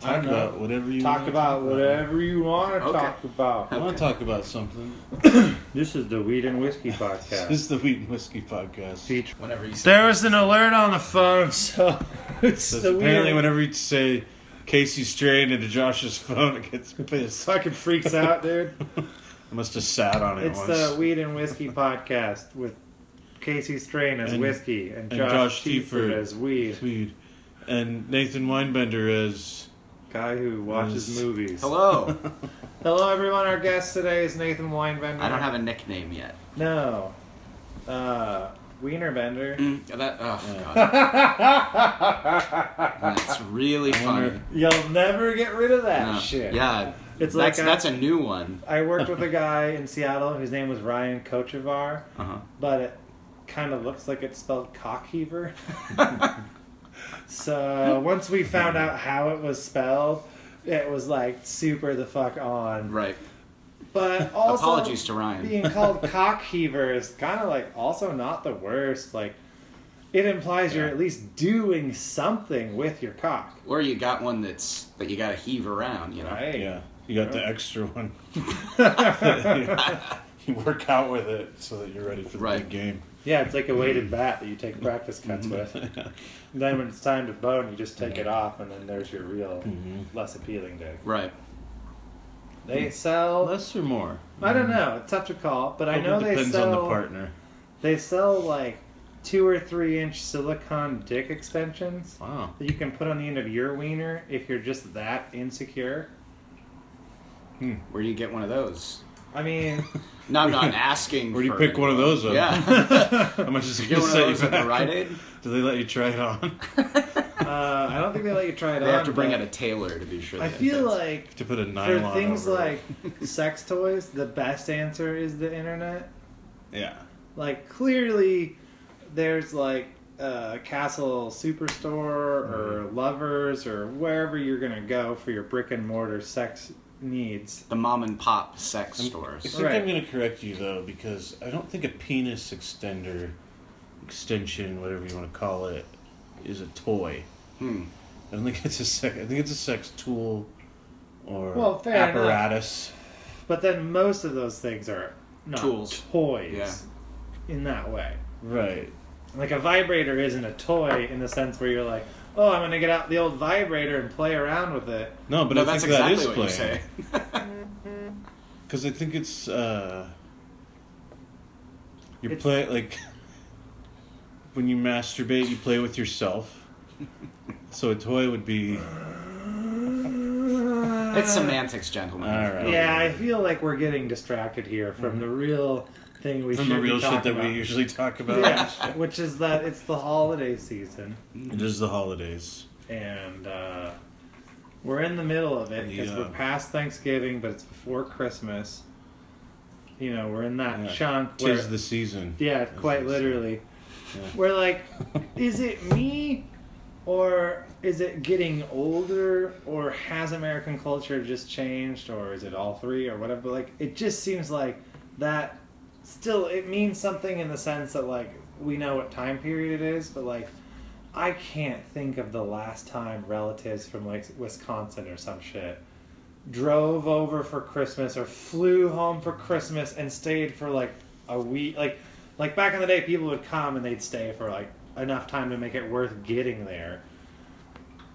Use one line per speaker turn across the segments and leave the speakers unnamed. Talk about whatever you
Talk
wanna
about whatever you want to
Okay.
talk about.
I want to talk about something.
This is the Weed and Whiskey
This
podcast.
is the Wheat and Whiskey podcast.
Feature-
Whenever you say
there was an alert on the phone, so it's
Because
the
apparently,
weed.
whenever you say Casey strayed into Josh's phone, it gets pissed. I
fucking freaks out, dude.
must have sat on it
It's
once.
the Weed and Whiskey podcast with Casey Strain as
And-
whiskey and,
and
Josh,
Josh
Tiefert
Tiefert.
as weed.
Weed. And Nathan Weinbender is.
Guy who watches
Yes.
movies.
hello,
Hello, everyone. Our guest today is Nathan Weinbender.
I don't have a nickname yet.
No. Uh, Wienerbender.
Mm, that oh god, that's really
I wonder-
funny.
You'll never get rid of that
Yeah.
shit.
Yeah,
It's
it's
like uh, a-
that's that's a new one.
I worked with a guy in Seattle whose name was Ryan Kochevar,
Uh-huh.
but it kind of looks like it's spelled cockheaver.
Uh-huh.
so once we found out how it was spelled, it was like super the fuck on.
Right.
But also,
Apologies to Ryan.
being called cockheaver is kind of like also not the worst. Like it implies you're
Yeah.
at least doing something with your cock.
Or you got one that's that you got to heave around. You know.
Right.
Yeah. You got the extra one. you work out with it so that you're ready for the
Right.
big game.
Yeah, it's like a weighted bat that you take practice cuts with. And then when it's time to bone, you just take it off, and then there's your real, less appealing dick.
Right.
They sell.
Less or more?
I don't know. It's tough to call, but I
Hope it
know they
depends on the
sell.
partner.
They sell like two or three inch silicone dick extensions
Wow.
that you can put on the end of your wiener if you're just that insecure.
Where do you get one of those?
I mean,
No, I'm not asking.
Where do you
for
pick one of those up?
Yeah.
uh,
How much is it
you get
going to
one
set you
of those at the
back?
Rite Aid.
Do they let you try it on?
uh, I don't think they let you try it
They
on.
have to bring
but
out a tailor to be sure.
I
that it
feel
fits.
like
to put a
for
nylon
things
over
like
it.
sex toys, the best answer is the internet.
Yeah.
like clearly there's like uh, castle superstore
Mm-hmm.
or lovers or wherever you're gonna go for your brick and mortar sex needs
the mom and pop sex
I
stores.
think
Right.
I'm going to correct you though, because I don't think a penis extender, extension, whatever you want to call it, is a toy.
Hmm.
I don't think it's a sex. I think it's a sex tool, or
Well, fair enough.
apparatus.
but then most of those things are not
Tools.
toys
Yeah.
in that way
Right.
like a vibrator isn't a toy in the sense where you're like oh i'm gonna get out the old vibrator and play around with it
No, but
no,
I
that's
think
exactly
that
what you
is
say.
playing because I think it's uh, you
It's-
play like when you masturbate, you play with yourself. so a toy would be
It's semantics, gentlemen.
all right.
yeah i feel like we're getting distracted here from the real thing we
Mm-hmm. From the real
should be
shit
talking
that
about.
we usually talk about.
yeah, which is that it's the holiday season,
It is the holidays.
and uh, we're in the middle of it because
Yeah.
we're past Thanksgiving, but it's before Christmas. You know, we're in that
Yeah.
chunk where,
Tis the season.
yeah,
As
quite
they say.
literally,
Yeah.
we're like, is it me, or is it getting older, or has American culture just changed, or is it all three, or whatever? But like, it just seems like that still it means something in the sense that like we know what time period it is but like i can't think of the last time relatives from like wisconsin or some shit drove over for christmas or flew home for christmas and stayed for like a week like like back in the day people would come and they'd stay for like enough time to make it worth getting there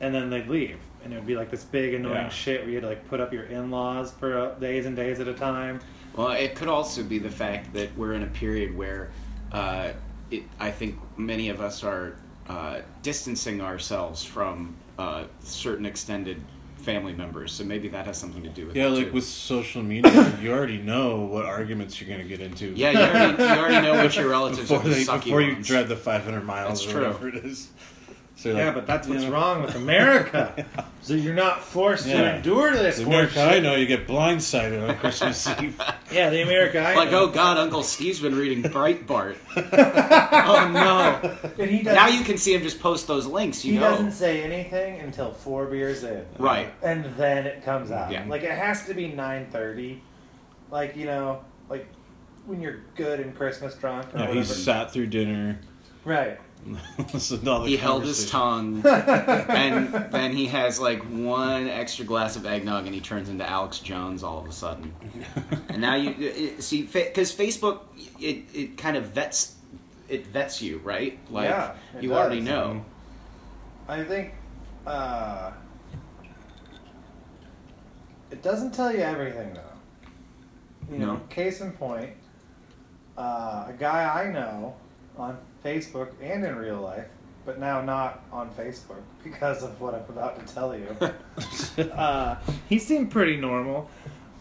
and then they'd leave and it would be like this big annoying
Yeah.
shit where you had to like put up your in-laws for uh, days and days at a time
Well, it could also be the fact that we're in a period where uh, it, I think many of us are uh, distancing ourselves from uh, certain extended family members. So maybe that has something to do with
Yeah,
it.
like
too.
with social media, you already know what arguments you're going to get into.
Yeah, you already, you already know what your relatives
before,
are the
they,
sucky
before you
ones.
drive the 500 miles
That's
or
true.
whatever it is. So you're
Yeah,
like,
but that's
you
what's
know,
wrong with America. So you're not forced to
Yeah.
endure this.
The
horse
America I
shit.
know, you get blindsided on Christmas Eve.
Yeah, the America I
Like,
know.
oh God, Uncle Steve's been reading Breitbart. oh no!
and he doesn't,
Now you can see him just post those links. You
he
know,
doesn't say anything until four beers in,
right?
and then it comes out.
Yeah.
Like it has to be nine thirty. Like you know, like when you're good and Christmas drunk. Or
Yeah,
whatever.
he sat through dinner,
right.
this is
Oh,
not the
he held his
conversation.
tongue, and then he has like one extra glass of eggnog, and he turns into Alex Jones all of a sudden. and now you it- see because Facebook, it it kind of vets it vets you, right? Like
Yeah, it
you already
does.
know.
I think uh, it doesn't tell you everything though. You
No.
know, case in point, uh, a guy I know on Facebook and in real life, but now not on Facebook because of what I'm about to tell you. uh, he seemed pretty normal,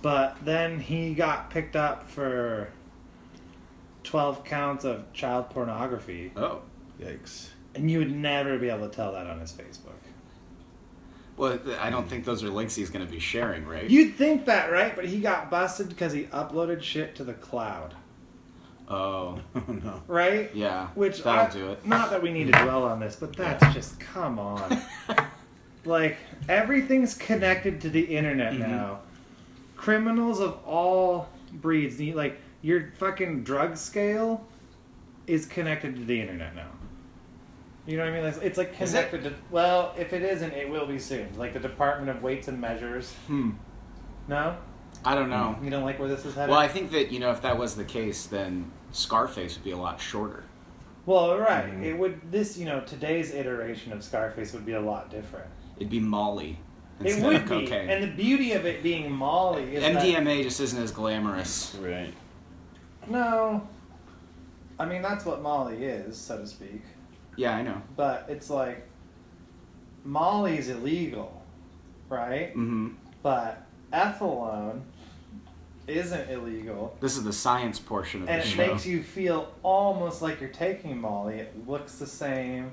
but then he got picked up for twelve counts of child pornography.
Oh,
Yikes.
And you would never be able to tell that on his Facebook.
well, I don't think those are links he's going to be sharing, right?
You'd think that, right? But he got busted because he uploaded shit to the cloud,
oh,
Oh no.
right?
yeah.
Which
that'll
I-
do it.
Not that we need to dwell on this, but that's just come on. like everything's connected to the internet
Mm-hmm.
now. Criminals of all breeds need like your fucking drug scale is connected to the internet now. You know what I mean? It's, it's like
Is it?
connected to well, if it isn't, it will be soon. Like the Department of Weights and Measures.
Hmm.
No,
I don't know.
you don't like where this is headed.
Well, I think that you know if that was the case, then Scarface would be a lot shorter.
Well, right.
Mhm.
It would this you know today's iteration of Scarface would be a lot different.
It'd be Molly instead
it would
of
be,
cocaine.
and the beauty of it being Molly is
MDMA just isn't as glamorous.
Right.
That, no, I mean that's what Molly is, so to speak.
Yeah, I know.
But it's like Molly's illegal, right?
hmm
But ethylone isn't illegal,
This is the science portion of
and
the
it
show.
makes you feel almost like you're taking Molly. It looks the same,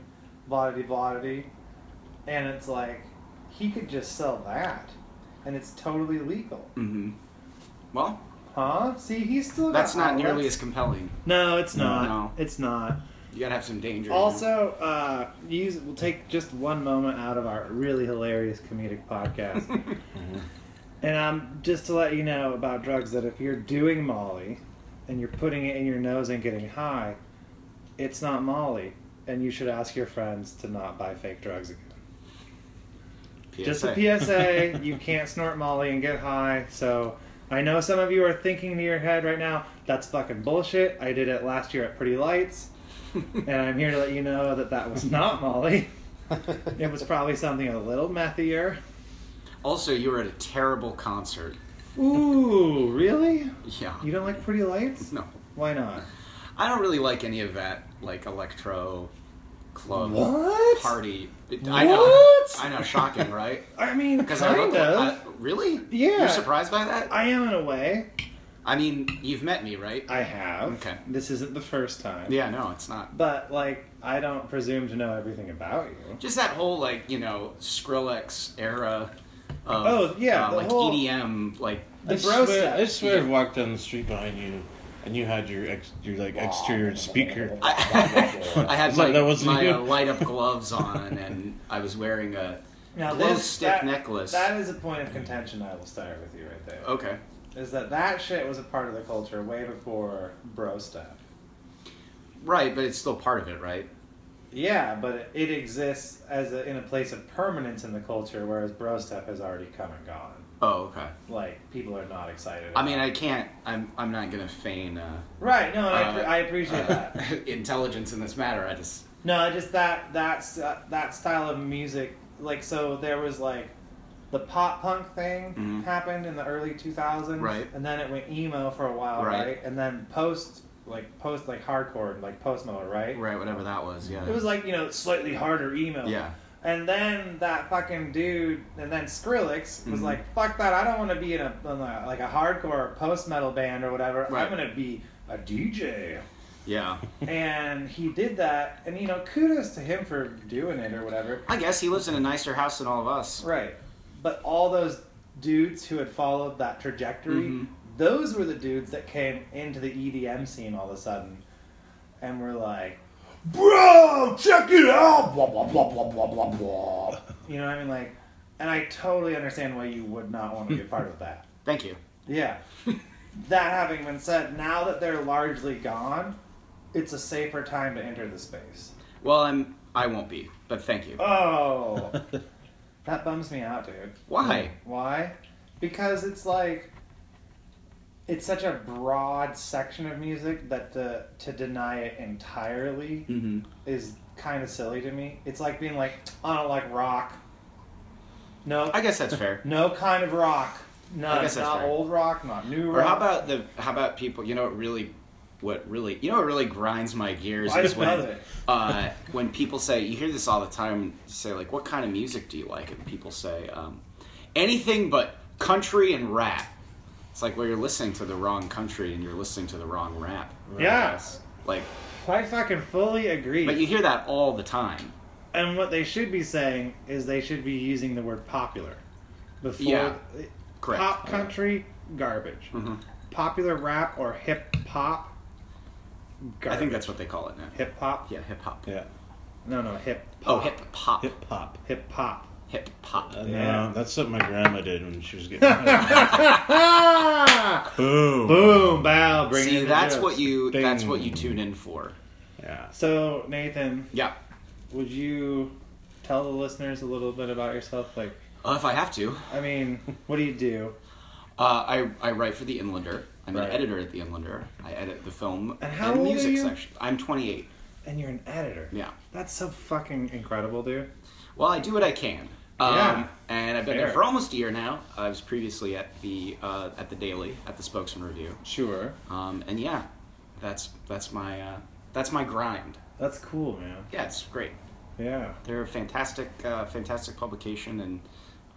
blah de blah de, and it's like he could just sell that, and it's totally legal,
hmm Well,
huh? See, he's still
that's
got
not nearly
outlets.
as compelling.
No, it's
No.
not.
No.
It's not.
You gotta have some danger. you know?
Also, uh, use we'll take just one moment out of our really hilarious comedic podcast, Mm-hmm. and um, just to let you know about drugs that if you're doing Molly, and you're putting it in your nose and getting high, it's not Molly, and you should ask your friends to not buy fake drugs again.
PSA.
Just a PSA: you can't snort Molly and get high. So I know some of you are thinking to your head right now, "That's fucking bullshit." I did it last year at Pretty Lights. And I'm here to let you know that that was not Molly. It was probably something a little methier.
also, you were at a terrible concert.
Ooh, really?
Yeah.
You don't like Pretty Lights?
No,
Why not?
I don't really like any of that, like electro club
What?
party. It- I know.
What?
I know. Shocking, right?
I mean,
Because I look
kind
like,
of.
I, really?
Yeah.
You're surprised by that?
I am in a way.
I mean, you've met me, right?
I have.
Okay.
This isn't the first time.
Yeah, no, it's not.
But, like, I don't presume to know everything about you.
Just that whole like you know Skrillex era. Of,
Oh, yeah,
uh,
the
like
whole-
EDM, like
The
I
bro
swear, I
step.
swear I've walked down the street behind you and you had your ex, your like exterior speaker.
I, I had
Sorry,
my,
that wasn't
my
you.
uh, light up gloves on, and I was wearing a
Now,
glow
this,
stick
that-
necklace.
That is a point of contention I will start with you right there.
okay.
Is that that shit was a part of the culture way before bro stuff.
Right, but it's still part of it, right?
Yeah, but it exists as a, in a place of permanence in the culture, whereas bro stuff has already come and gone.
Oh, okay.
Like people are not excited.
I mean,
about
I
it.
can't. I'm. I'm not gonna feign uh,
right? No, I, appre-
uh,
I appreciate that.
intelligence in this matter. I just.
No, I just that that's uh, that style of music. Like so, there was like the pop punk thing
Mhm.
happened in the early 2000s,
Right.
And then it went emo for a while,
Right.
right? And then post like post like hardcore, like post metal, right?
Right, whatever that was. Yeah.
It was like you know slightly harder emo.
yeah.
And then that fucking dude, and then Skrillex was
Mhm.
like, "Fuck that! I don't want to be in a, in a like a hardcore post metal band or whatever.
Right.
I'm gonna be a DJ."
Yeah.
and he did that, and you know, kudos to him for doing it or whatever.
I guess he lives in a nicer house than all of us.
Right. But all those dudes who had followed that trajectory,
Mhm.
those were the dudes that came into the EDM scene all of a sudden and were like, Bro, check it out! Blah, blah, blah, blah, blah, blah, blah. You know what I mean? Like, and I totally understand why you would not want to be a part of that.
Thank you.
Yeah. that having been said, now that they're largely gone, it's a safer time to enter the space.
Well, I'm. I won't be. But thank you.
Oh, that bums me out, dude.
Why?
Why? Because it's like it's such a broad section of music that to to deny it entirely
Mm-hmm.
is kind of silly to me. It's like being like, I don't like rock. No,
I guess that's fair.
no kind of rock.
I
No,
guess
it's
that's
not
fair.
old rock, not new
Or
rock.
how about the how about people? You know what really, what really you know what really grinds my gears
I
is
just love
when
it.
uh, when people say you hear this all the time. You say like, what kind of music do you like? And people say um, anything but country and rap. It's like well, you're listening to the wrong country and you're listening to the wrong rap. I
Yeah.
guess. Like,
I fucking fully agree.
but you hear that all the time.
And what they should be saying is they should be using the word popular before
Yeah, Correct.
pop country garbage.
Mhm.
Popular rap or hip hop
I
garbage.
think that's what they call it now.
hip hop.
Yeah, hip hop.
Yeah.
No, no, hip
Oh,
pop.
hip hop.
Hip hop.
hip hop.
Hip hop.
Uh,
Yeah.
No, that's something my grandma did when she was getting
Ah!
boom.
Boom, bow, bring
See,
in the
that's
jokes.
what you
Ding.
that's what you tune in for.
Yeah.
So, Nathan,
Yeah.
would you tell the listeners a little bit about yourself? Like,
Uh, if I have to,
I mean, what do you do?
uh, I I write for the Inlander. I'm
Right.
an editor at the Inlander. I edit the film
And how old are
music
you?
section. I'm 28.
And you're an editor.
Yeah.
That's so fucking incredible, dude.
Well, I do what I can. Um,
Yeah.
And I've been
Fair.
there for almost a year now. I was previously at the uh, at the Daily at the Spokesman Review.
Sure.
Um, and yeah, that's that's my uh, that's my grind.
That's cool, man.
Yeah, it's great.
Yeah.
They're a fantastic uh, fantastic publication and.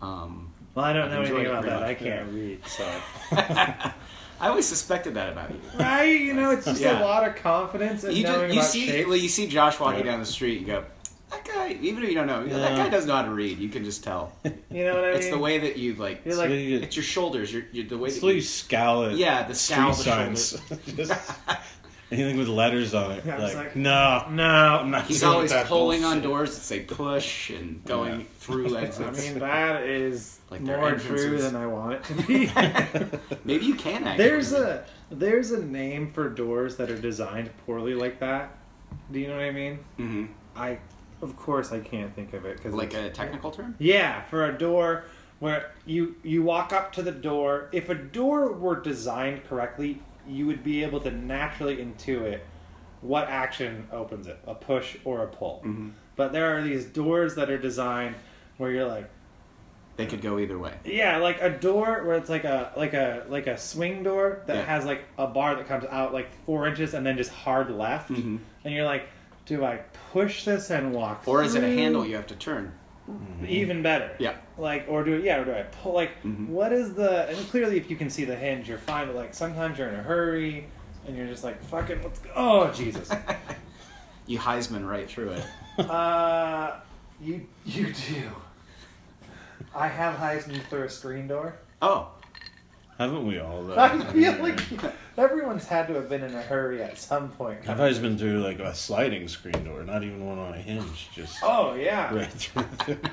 Um,
Well, I don't
I've
know anything
enjoyed it
about
pretty
that.
much,
I can't read, so.
I always suspected that about you.
right? You know, it's just
Yeah.
a lot of confidence and
You,
knowing
just, you
about
see,
shapes.
well, you see Josh walking
Yeah.
down the street and go, "That guy." Even if you don't know, you go, that
Yeah.
guy doesn't know how to read. You can just tell.
You know what I mean?
It's the way that you like.
You're
It's the
like-
way you,
It's your shoulders. Your, your the way
it's the
that
way you
you.
scowl at
Yeah, the
street
scowl, the
signs. Just anything with letters on it.
Yeah, I was
like,
like-
no.
No,
I'm not
He's
doing
always
that
pulling on
bullshit."
doors that say push and going
Yeah.
through
I
exits.
mean, that is
Like their
more true
entrances.
than I want it to be.
Maybe you can actually.
there's a there's a name for doors that are designed poorly like that. Do you know what I mean?
hmm
I, of course, I can't think of it because
like a technical term.
yeah, for a door where you you walk up to the door. If a door were designed correctly, you would be able to naturally intuit what action opens it, a push or a pull.
Mm-hmm.
But there are these doors that are designed where you're like,
They could go either way.
yeah, like a door where it's like a like a like a swing door that
Yeah.
has like a bar that comes out like four inches and then just hard left,
Mhm.
and you're like, do I push this and walk,
Or is it a
through?
handle you have to turn?
Even better.
Yeah.
Like, or do yeah, or do I pull? Like, what is the? And clearly, if you can see the hinge, you're fine. But like, sometimes you're in a hurry, and you're just like, fucking, let's go. Oh Jesus.
You Heisman right through it.
uh, you you do. I have Heisman through a screen door.
Oh,
Haven't we all though?
I feel like everyone's had to have been in a hurry at some point.
I've always been through like a sliding screen door, not even one on a hinge, just
Oh yeah.
right through. the-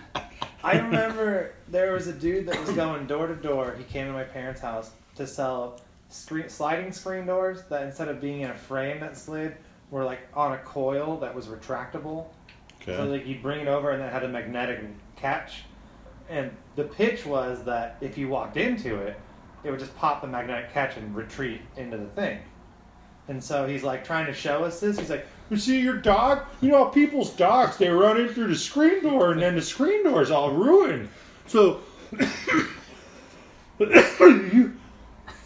I remember there was a dude that was going door to door. He came to my parents' house to sell screen, sliding screen doors that instead of being in a frame that slid, were like on a coil that was retractable. So
Okay.
like you'd bring it over and it had a magnetic catch. And the pitch was that if you walked into it, it would just pop the magnetic catch and retreat into the thing. And so he's like trying to show us this. He's like, "You see your dog? You know how people's dogs they run in through the screen door and then the screen door's all ruined. So you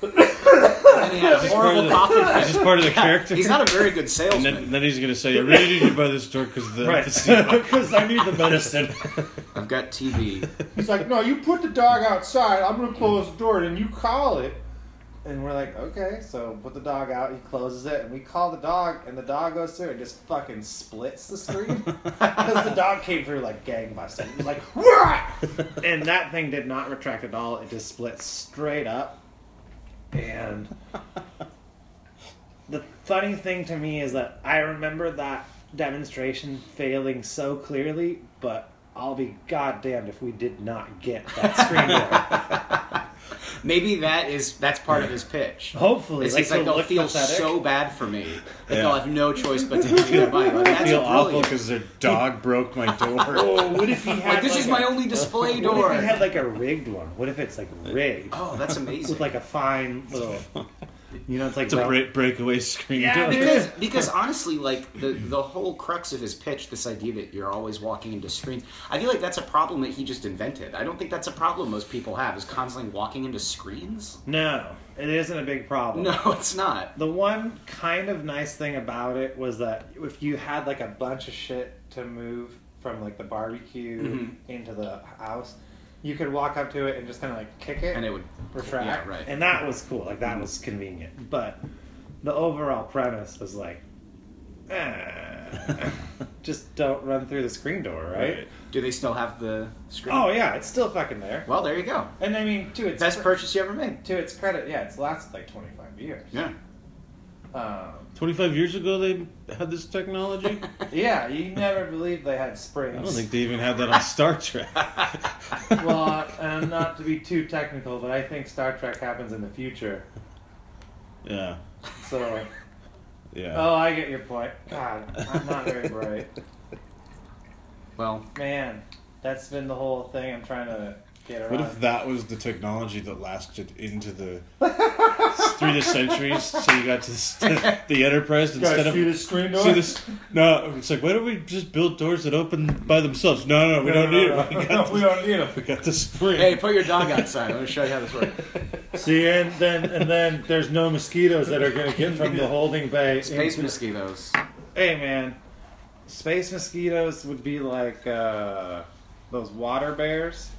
and then he had a
It's part of
horrible
the-
coughing fit.
It's just part of the character.
He's not a very good
and
salesman.
then, then he's gonna say, "I really need to buy this door because the
right
the
because I need the medicine."
I've got TV.
He's like, no, you put the dog outside. I'm gonna close the door, and you call it. And we're like, okay, so put the dog out. He closes it, and we call the dog, and the dog goes through and just fucking splits the screen because the dog came through like gangbusters. It was like, Wah! and that thing did not retract at all. It just split straight up, and. The funny thing to me is that I remember that demonstration failing so clearly, but I'll be goddamned if we did not get that screen door.
Maybe that is that's part of his pitch.
Hopefully,
It's
like,
he's like,
so
they'll
look
feel
pathetic.
so bad for me that
Yeah.
they'll have no choice but to give me their money. Like, that's
I feel awful
brilliant.
because their dog broke my door.
Oh, what if he had
Like, this
like
is
a-
my only display door.
What if he had like a rigged one? What if it's like rigged
oh, that's amazing.
with like a fine little, you know, it's like
It's a
round-
break, breakaway screen
Yeah,
door.
dude.
because, because honestly, like the the whole crux of his pitch, this idea that you're always walking into screens, I feel like that's a problem that he just invented. I don't think that's a problem most people have is constantly walking into screens.
No, it isn't a big problem.
No, it's not.
The one kind of nice thing about it was that if you had like a bunch of shit to move from like the barbecue
Mm-hmm.
into the house, you could walk up to it and just kind of like kick it
And it would
retract.
Yeah, right. Mm-hmm.
And that was cool. Like that was convenient. But the overall premise was like, eh, just don't run through the screen door, right?
Right.
Do they still have the screen?
Oh yeah, it's still fucking there.
Well, there you go.
And I mean, to its
Best
cre-
purchase you ever made.
to its credit, yeah, it's lasted like twenty five years.
Yeah.
Um,
25 years ago, they had this technology?
Yeah, you never believed they had springs.
I don't think they even had that on Star Trek.
well, and not to be too technical, but I think Star Trek happens in the future.
Yeah.
So,
Yeah.
oh, I get your point. God, I'm not very bright,
Well,
man. That's been the whole thing. I'm trying to get around.
What if that was the technology that lasted into the through the centuries? So you got to the, st- the Enterprise
Guys,
instead of
see the screen door?
see this. No, it's like why don't we just build doors that open by themselves? No, no, we
No,
don't
no,
need
no,
it. We
no.
got,
we
the,
don't need
we
them.
got the spring.
hey, put your dog outside. Let me show you how this works.
See, and then and then there's no mosquitoes that are gonna get from the holding bay.
Space
into-
mosquitoes.
Hey, man, space mosquitoes would be like uh, those water bears.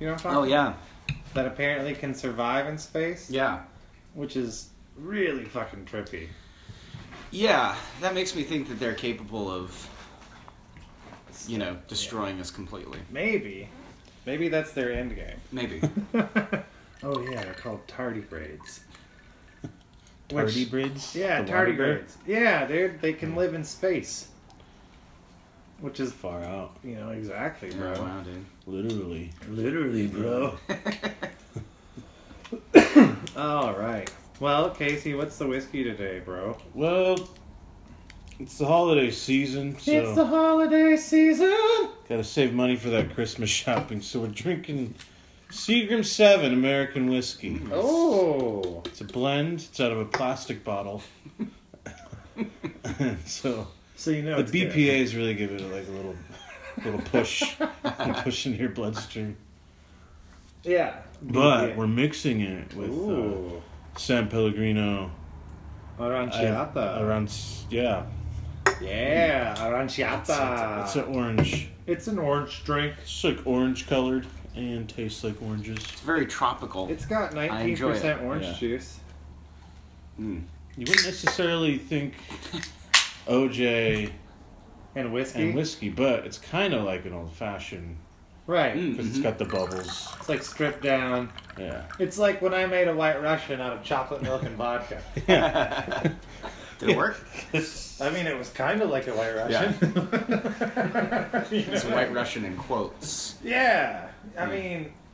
You know what I'm talking
Oh yeah,
that apparently can survive in space,
yeah,
which is really fucking trippy.
yeah. That makes me think that they're capable of, you know, destroying us completely.
Maybe, maybe that's their end game.
Maybe.
Oh yeah, they're called tardigrades. Which-
tardigrades.
Yeah,
The water bear?
tardigrades. Yeah, they they can live in space, which is
Far out,
you know exactly,
Yeah,
bro.
wow, dude.
literally.
Literally, bro. All right. Well, Casey, what's the whiskey today, bro?
Well, it's the holiday season, so
It's the holiday season.
Gotta save money for that Christmas shopping, so we're drinking Seagram 7 American whiskey.
Oh,
It's a blend, it's out of a plastic bottle. so
so you
the
know it's good.
BPAs really give it like a little little push push into your bloodstream.
Yeah,
But
BPA.
we're mixing it with uh,
Ooh.
San Pellegrino
Aranciata.
Aranz- yeah.
yeah,
It's, a-
aranciata.
it's an orange.
It's an orange drink.
It's like orange colored and tastes like oranges.
It's very tropical.
It's got
I
19%
enjoy it,
orange
yeah.
juice.
Mm.
You wouldn't necessarily think OJ
And whiskey?
and whiskey, but it's kind of like an old fashioned
right.
Mm.
because it's got the bubbles.
It's like stripped down.
Yeah.
It's like when I made a white Russian out of chocolate milk and vodka.
mm-hmm. Did it work?
I mean, it was kind of like a white Russian. You
It's
know?
White Russian in quotes.
Yeah. I
Mm.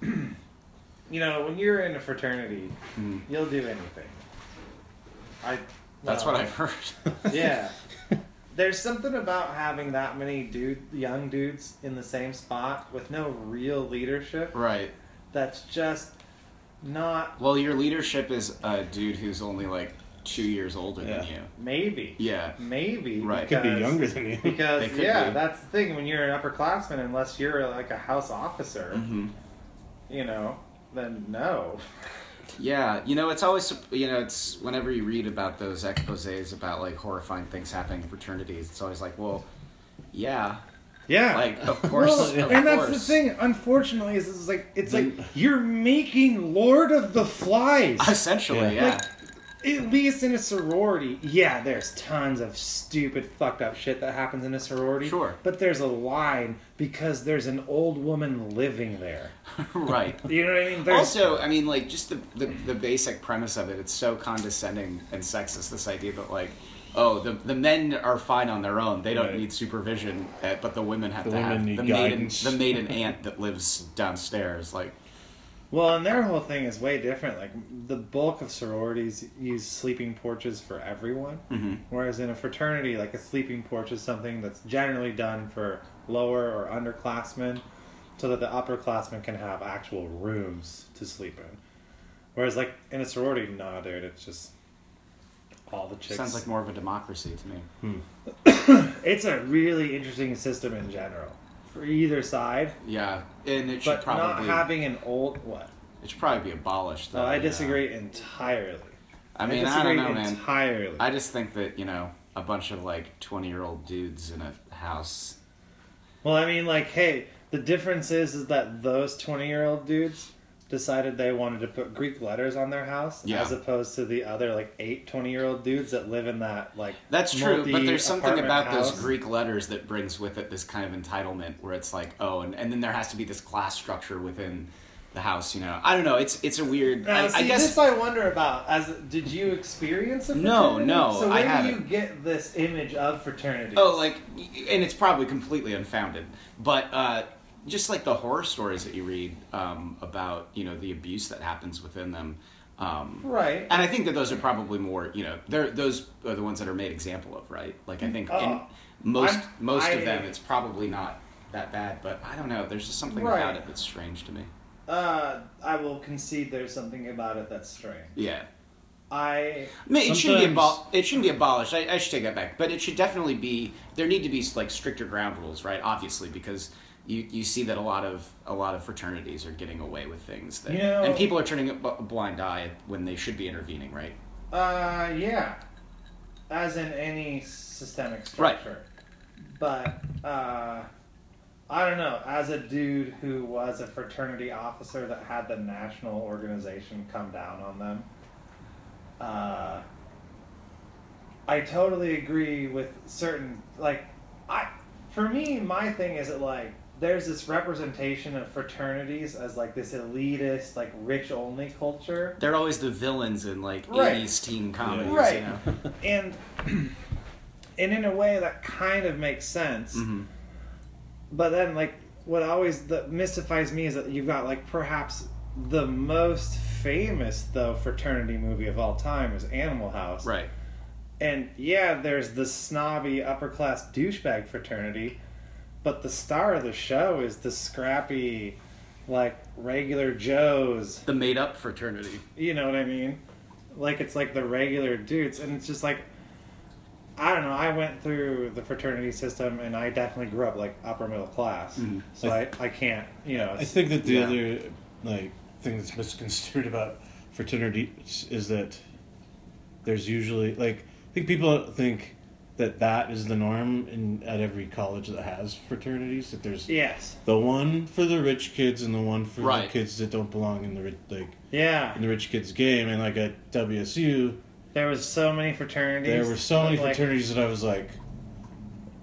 mean, you know, when you're in a fraternity,
Mm.
you'll do anything. I.
That's
no,
what
I-
I've heard.
Yeah. There's something about having that many dude, young dudes in the same spot with no real leadership
right.
that's just not
Well, your leadership is a dude who's only like two years older than
Yeah.
you.
maybe.
Yeah.
Maybe.
Right.
Could
Because,
be younger than you.
They
Because,
could
yeah,
be.
that's the thing. When you're an upperclassman, unless you're like a house officer,
hmm
you know, then no.
Yeah, you know, it's always sup- you know, it's whenever you read about those exposés about like horrifying things happening in fraternities, it's always like, well, yeah,
Yeah.
like of course,
Well,
of
and that's the
course.
thing. Unfortunately, is it's like it's like you're making Lord of the Flies.
Essentially,
Yeah.
yeah.
At least in a sorority, yeah, there's tons of stupid, fucked up shit that happens in a sorority.
Sure.
But there's a line because there's an old woman living there.
right.
You know what I mean? There's,
Also, I mean, like just the, the the basic premise of it, it's so condescending and sexist. This idea that like, oh, the the men are fine on their own; they don't
Right.
need supervision, uh, but the women have
The
to
women
have
need
the
guidance.
maiden the maiden aunt that lives downstairs, like.
Well, and their whole thing is way different. Like the bulk of sororities use sleeping porches for everyone,
Mm-hmm.
whereas in a fraternity, like a sleeping porch is something that's generally done for lower or underclassmen, so that the upperclassmen can have actual rooms to sleep in. Whereas, like in a sorority, no, dude, it's just all the chicks.
Sounds like more of a democracy to me.
it's a really interesting system in general for either side,
Yeah, and it should
but not
probably
having an old what.
it should probably be abolished. Though
No, I
yeah.
disagree entirely.
I mean, I,
disagree
don't know, man.
Entirely.
I just think that you know a bunch of like twenty-year-old dudes in a house.
Well, I mean, like, hey, the difference is is that those twenty-year-old dudes decided they wanted to put Greek letters on their house,
Yeah.
as opposed to the other like eight 20-year-old dudes that live in that like.
That's true, but there's something
multi-apartment
about
house.
those Greek letters that brings with it this kind of entitlement, where it's like, oh, and, and then there has to be this class structure within the house. You know, I don't know. It's it's a weird.
Now,
I,
see,
I guess
this I wonder about. As did you experience a
No,
fraternity?
no,
So
I
where do you
haven't.
get this image of fraternity?
Oh, like, and it's probably completely unfounded, but uh, just like the horror stories that you read um, about, you know, the abuse that happens within them. Um,
right.
And I think that those are probably more, you know, they're, those are the ones that are made example of, right? Like, I think in
Oh,
most
I'm-
most
I-
of them, it's probably not that bad, but I don't know. There's just something
Right.
about it that's strange to me.
Uh, I will concede there's something about it that's strange.
Yeah.
I
I mean, it shouldn't be
Sometimes-
abol- It shouldn't be abolished. I, I should take that back. But it should definitely be. There need to be like stricter ground rules, right? Obviously, because you, you see that a lot of a lot of fraternities are getting away with things, that,
You know-
and people are turning a b- blind eye when they should be intervening, right?
Uh, yeah. As in any systemic
Right.
structure. But, uh, I don't know. As a dude who was a fraternity officer that had the national organization come down on them, uh, I totally agree with certain, like, I, for me, my thing is that, like, there's this representation of fraternities as, like, this elitist, like, rich only culture.
They're always the villains in like
Right.
80s teen comedies,
Right.
you know?
and and in a way that kind of makes sense
Mhm.
but then like what always that mystifies me is that you've got like perhaps the most famous though fraternity movie of all time is animal house
Right.
and yeah there's the snobby upper class douchebag fraternity but the star of the show is the scrappy like regular joes
The made up fraternity.
you know what I mean? Like it's like the regular dudes, and it's just like I don't know. I went through the fraternity system, and I definitely grew up like upper middle class, so I, I can't you know.
Mm-hmm. I think that the
Yeah.
other like thing that's misconstrued about fraternities is that there's usually like I think people think that that is the norm in at every college that has fraternities that there's
yes,
the one for the rich kids and the one for the
Right.
kids that don't belong in the rich like in
yeah.
the rich kids game and like at WSU
There was so many fraternities.
there were so many
but, like,
fraternities that I was like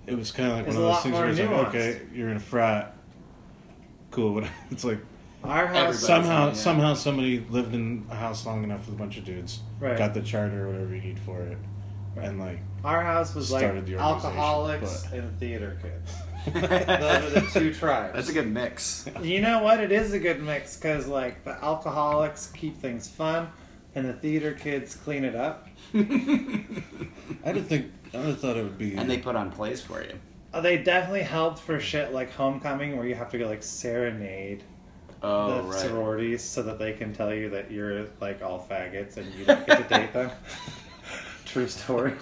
it was kind of like
There's
one
a
of those
lot
things where
more
it's like
nuanced.
okay you're in a frat cool but it's like
Our house,
Everybody.
somehow,
Yeah.
somehow, somebody lived in a house long enough with a bunch of dudes,
Right.
got the charter or whatever you need for it, and like,
our house was
Started
like
the organization,
alcoholics
but-
and theater kids. Those
That's
were the two tribes.
a good mix.
You know what? It is a good mix because like the alcoholics keep things fun, and the theater kids clean it up.
I didn't think, I would have thought it would be.
And they put on plays for you.
Uh, They definitely helped for shit like homecoming, where you have to go like serenade
Oh,
the
right.
sororities so that they can tell you that you're like all faggots and you don't get to date them. True story.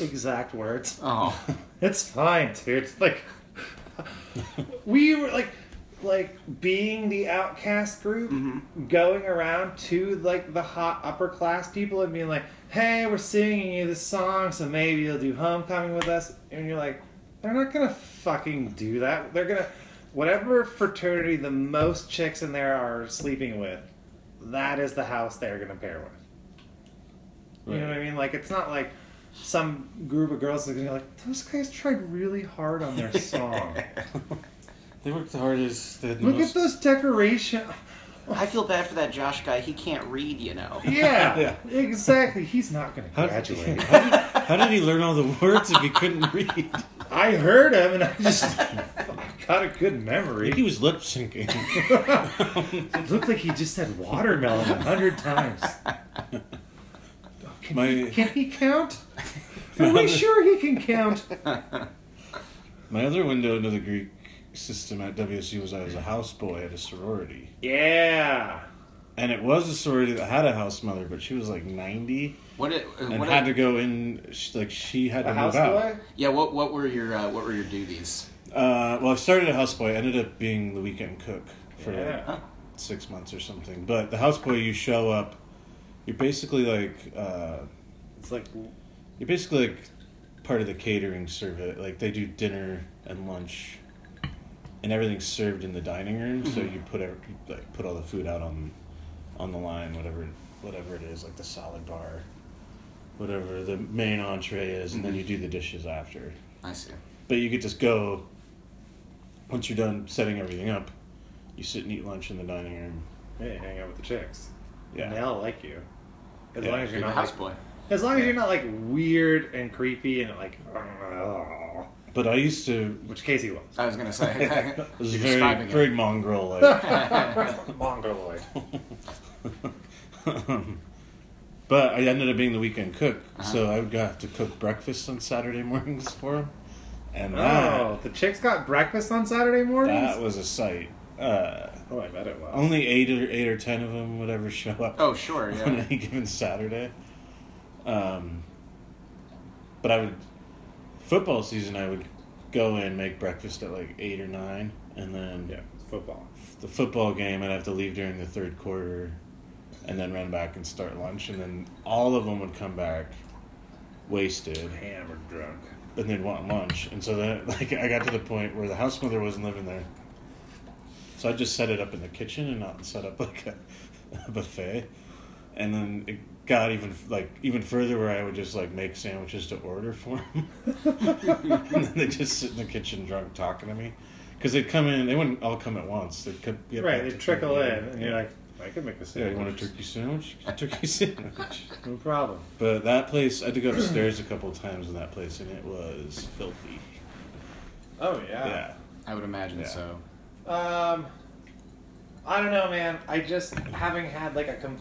exact words.
Oh.
It's fine, dude. It's Like we were like like being the outcast group going around to like the hot upper class people and being like, "Hey, we're singing you this song, so maybe you'll do homecoming with us." And you're like, "They're not going to fucking do that. They're going to whatever fraternity the most chicks in there are sleeping with, that is the house they're going to pair with." You know what I mean? Like it's not like some group of girls are gonna be like, those guys tried really hard on their song.
They worked the hardest. They had the
Look at
most.
those decoration.
I feel bad for that Josh guy. He can't read, you know.
Yeah,
Yeah.
exactly. He's not gonna
how,
graduate.
how did, how did he learn all the words if he couldn't read?
I heard him, and I just fuck. got a good
I
memory.
think he was lip syncing.
It looked like he just said watermelon a hundred times. Can,
My-
he, can he count?
My
Are we
other-
sure he can count?
My other window into the Greek system at WSU was I was a houseboy at a sorority.
Yeah.
And it was a sorority that had a house mother, but she was like 90
What? It,
and
what?
had
it-
to go in, she, like, she had
A
to
house
move
boy?
out.
yeah. What? What were your? Uh, what were your duties?
Uh, well, I started a houseboy, ended up being the weekend cook for like,
Yeah.
six months or something. But the houseboy, you show up, you're basically like, uh,
It's like
you're basically like part of the catering service. Like they do dinner and lunch, and everything's served in the dining room. So you put every, you, like put all the food out on, on the line, whatever whatever it is, like the salad bar, whatever the main entree is, and then you do the dishes after.
I see.
But you could just go. Once you're done setting everything up, you sit and eat lunch in the dining room.
hey, hang out with the chicks.
Yeah.
And they all like you. As
Yeah,
long as you're
You're the
not like,
houseboy.
as long as you're not like weird and creepy and like "Ugh,"
But I used to.
which Casey was.
I was gonna say.
I was
You're
very,
describing it.
very mongrel like.
Mongoloid.
but I ended up being the weekend cook,
Uh-huh.
so I would have to cook breakfast on Saturday mornings for him, and
Oh, the chicks got breakfast on Saturday
that
mornings?
Ah. that was a sight. Uh,
oh, I bet it was.
only eight or eight or ten of them would ever show up
Oh sure.
on
Yeah.
any given Saturday. Um, but I would football season. I would go in make breakfast at like eight or nine, and then
Yeah, it's football.
the football game, I'd have to leave during the third quarter, and then run back and start lunch, and then all of them would come back wasted,
Hammered drunk.
and they'd want lunch, and so then like I got to the point where the house mother wasn't living there, so I just set it up in the kitchen and not set up like a, a buffet, and then it got even like even further where I would just like make sandwiches to order for them, and then they just sit in the kitchen drunk talking to me. Because they'd come in, they wouldn't all come at once. They'd come, get
right,
back
they
to
trickle in,
dinner.
and you're like, I could make this
Yeah, you
sandwich.
want a turkey sandwich? Get a turkey sandwich.
No problem.
But that place, I had to go upstairs a couple of times in that place, and it was filthy.
Oh,
Yeah.
I would imagine
Yeah.
so.
Um, I don't know, man. I just having had like a com-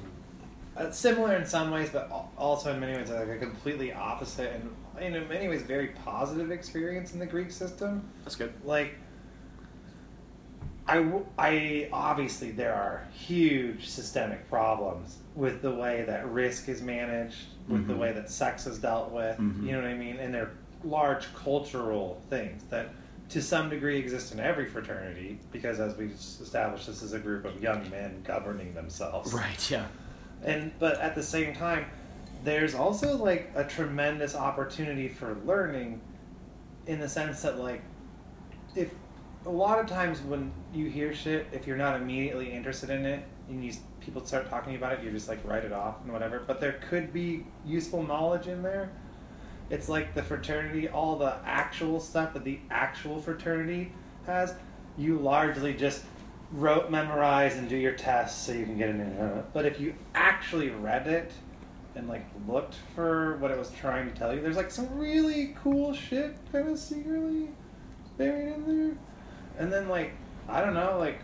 uh, similar in some ways, but al- also in many ways like a completely opposite and in many ways very positive experience in the Greek system.
That's good.
Like, I w- I- obviously there are huge systemic problems with the way that risk is managed, with the
Mhm.
way that sex is dealt with.
Mhm.
You know what I mean? And they're large cultural things that, to some degree, exist in every fraternity because, as we've s- established, this is a group of young men governing themselves
Right. Yeah.
and but at the same time there's also like a tremendous opportunity for learning in the sense that like if a lot of times when you hear shit if you're not immediately interested in it and you s- people start talking about it you just like write it off and whatever but there could be useful knowledge in there it's like the fraternity all the actual stuff that the actual fraternity has you largely just wrote memorize and do your tests so you can get an in but if you actually read it and like looked for what it was trying to tell you there's like some really cool shit kind of secretly buried in there and then like i don't know like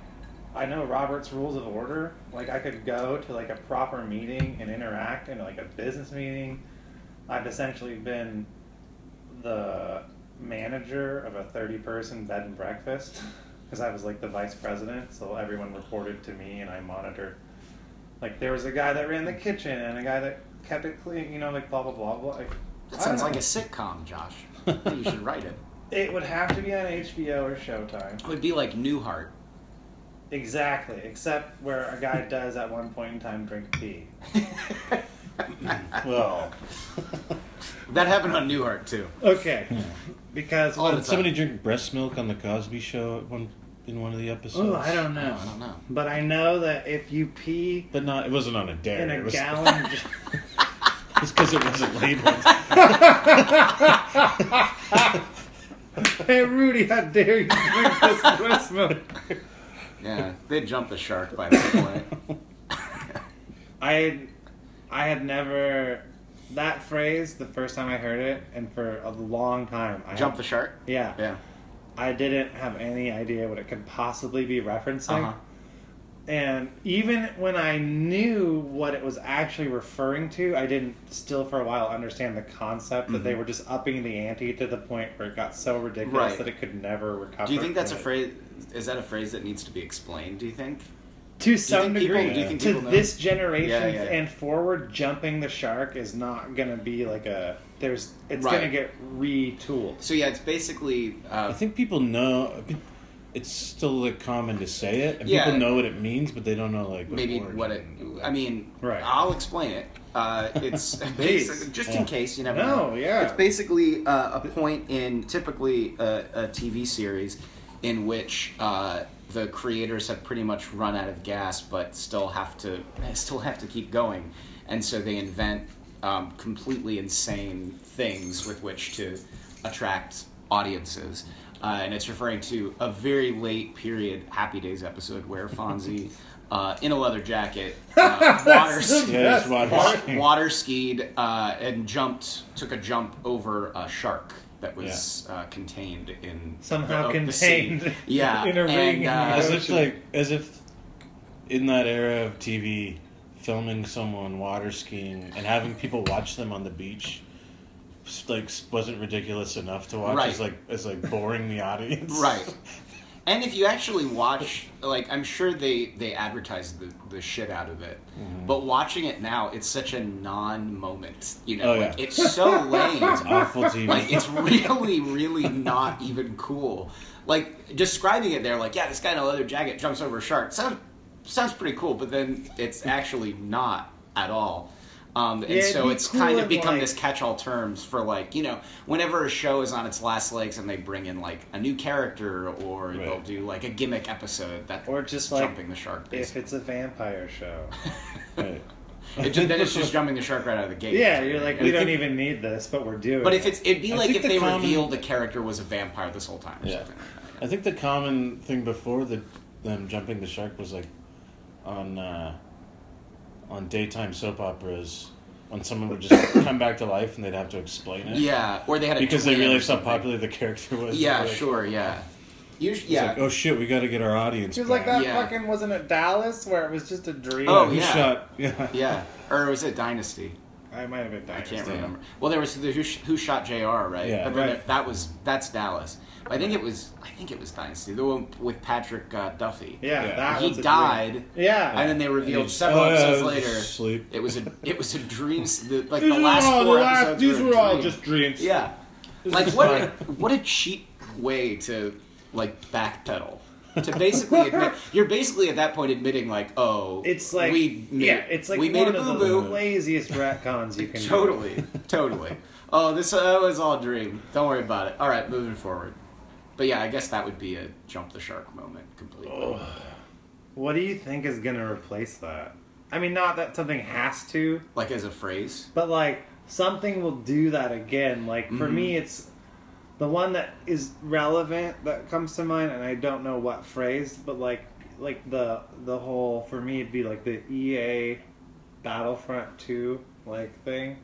i know robert's rules of order like i could go to like a proper meeting and interact in like a business meeting I've essentially been the manager of a 30 person bed and breakfast because I was like the vice president, so everyone reported to me and I monitored. Like, there was a guy that ran the kitchen and a guy that kept it clean, you know, like blah blah blah blah. Like,
That
I
sounds
don't
like a
know.
sitcom, Josh. I think you should write it.
It would have to be on HBO or Showtime.
It would be like Newhart.
Exactly, except where a guy does at one point in time drink pee.
Well,
That happened on Newhart too.
Okay,
Hmm.
because.
All the
did somebody
time.
drink breast milk on the Cosby Show at one in one of the episodes?
Ooh, I don't know.
Oh, I don't know.
But I know that if you pee
But not. It wasn't on a dare.
in
it
a
was,
gallon.
It's because it wasn't labeled.
Hey Rudy, how dare you drink this breast milk?
Yeah, they jumped the shark by that point.
I had, I had never that phrase the first time I heard it, and for a long time I
Jump the
had,
shark?
yeah
Yeah.
I didn't have any idea what it could possibly be referencing.
Uh-huh.
And even when I knew what it was actually referring to, I didn't still for a while understand the concept that they were just upping the ante to the point where it got so ridiculous
Mm-hmm. Right.
that it could never recover.
Do you think that's a
from it.
phrase? Is that a phrase that needs to be explained? Do you think?
To some
think people-
degree,
do you think
to
people know?
this generation
Yeah, yeah.
and forward, jumping the shark is not going to be like a. There's, it's
Right.
going to get retooled.
So yeah, it's basically.
I
Uh,
think people know. It's still like common to say it, and
Yeah.
people know what it means, but they don't know like what
maybe
origin
what it.
and-
I mean,
Right.
I'll explain it. Uh, it's basically, just in
Yeah.
case you never
No,
know.
yeah.
It's basically uh, a point in typically a, a TV series in which uh, the creators have pretty much run out of gas, but still have to still have to keep going, and so they invent um, completely insane things with which to attract audiences. Uh, and it's referring to a very late period Happy Days episode where Fonzie, uh, in a leather jacket, uh, water,
Yeah, it's water
wa-
skiing.
water skied uh, and jumped, took a jump over a shark that was uh, contained in
Somehow
the- of the sea.
contained
yeah,
in a
and,
ring in
uh,
the
as
ocean.
if like as if in that era of TV, filming someone water skiing and having people watch them on the beach, s- like wasn't ridiculous enough to watch.
Right.
As like as like boring the audience.
Right. And if you actually watch, like, I'm sure they they advertise the, the shit out of it,
Mm-hmm.
but watching it now, it's such a non-moment. You know,
Oh, yeah. Oh,
like, it's so lame.
Awful TV.
like, it's really, really not even cool. Like describing it, they're like, yeah, this guy in a leather jacket jumps over a shark. Sounds sounds pretty cool, but then it's actually not at all. Um, and
Yeah, it'd
so
be
it's
cool
kind of
if,
become
like-
this catch-all terms for like you know whenever a show is on its last legs and they bring in like a new character or
Right.
they'll do like a gimmick episode that
Or just,
it's
like,
jumping the shark
If
basically.
it's a vampire show.
Right.
It ju- then it's just jumping the shark right out of the gate
Yeah, you're like,
And
we
if
don't
it-
even need this, but we're doing
but
it.
if it's it'd be
I
like
think
if
the
they
common-
revealed the character was a vampire this whole time or
Yeah.
something like that.
I think the common thing before the them jumping the shark was like on uh, on daytime soap operas when someone would just come back to life and they'd have to explain it.
yeah or they had a
Because they
twin or
realized how
something.
popular the character was.
yeah
Like,
sure yeah usually
It's
yeah
like, oh shit, we got to get our audience.
She was like
back."
that
Yeah.
fucking wasn't it Dallas where it was just a dream.
Oh,
Who
yeah.
shot? Yeah.
yeah or was it dynasty
I might have been
I
Dynasty.
can't remember. Well, there was the who, Sh- who shot Jr. Right?
Yeah.
But then
Right.
there- that was that's Dallas. But I think it was I think it was Dynasty, the one with Patrick uh, Duffy.
Yeah,
Yeah.
that
He
was a
died,
dream. Yeah,
and then they
And he
revealed
just-
several
oh, yeah,
episodes
I was
later.
just asleep.
It was a it was a dream. s- The, like the last four episodes
These
were,
were
a
all
dream.
just dreams.
yeah. Like what a, what a cheap way to like backpedal. To basically admit, you're basically at that point admitting like, oh,
It's like
we made,
yeah, it's like
we made
one
a
of
boo
the
boo.
laziest retcons you can do.
Totally, totally. Oh, this uh, was all a dream. Don't worry about it. All right, moving forward. But yeah, I guess that would be a jump the shark moment completely.
Oh. What do you think is gonna replace that? I mean, not that something has to,
Like as a phrase.
but like something will do that again. Like for me,
Mm-hmm.
it's the one that is relevant that comes to mind, and I don't know what phrase, but like like the the whole for me it'd be like the EA Battlefront Two like thing.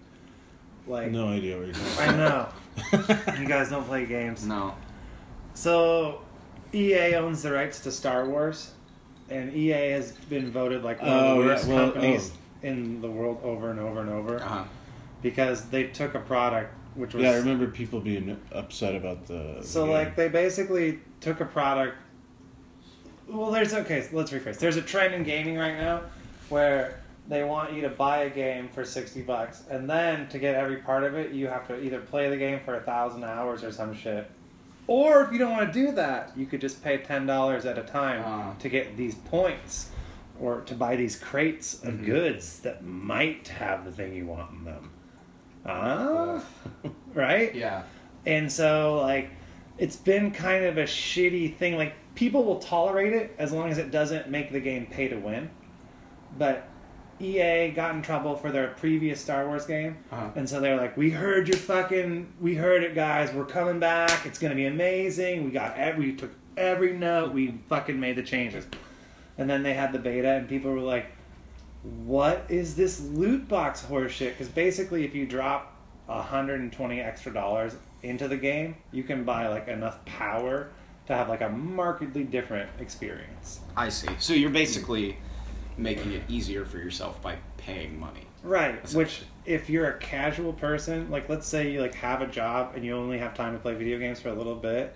Like
No idea what you're talking
I know
about.
you guys don't play games.
No.
So EA owns the rights to Star Wars, and EA has been voted like one of
Oh,
the
yeah,
worst
well, oh. Ah,
companies in the world over and over and over
Uh-huh.
because they took a product which was
yeah, I remember people being upset about the. the
so
game.
like they basically took a product. Well, there's okay. so Let's rephrase. There's a trend in gaming right now where they want you to buy a game for sixty bucks, and then to get every part of it, you have to either play the game for a thousand hours or some shit. Or if you don't want to do that, you could just pay ten dollars at a time
Ah.
to get these points, or to buy these crates of goods that might have the thing you want in them. Ah, right?
Yeah.
And so like it's been kind of a shitty thing. Like people will tolerate it as long as it doesn't make the game pay to win. But EA got in trouble for their previous Star Wars game.
Uh-huh.
And so they're like, "We heard your fucking we heard it guys. We're coming back. It's going to be amazing. We got every we took every note. We fucking made the changes." And then they had the beta and people were like, what is this loot box horseshit? Because basically, if you drop 120 extra dollars into the game, you can buy like enough power to have like a markedly different experience.
I see. So you're basically making it easier for yourself by paying money.
Right. Which, if you're a casual person, like let's say you like have a job and you only have time to play video games for a little bit,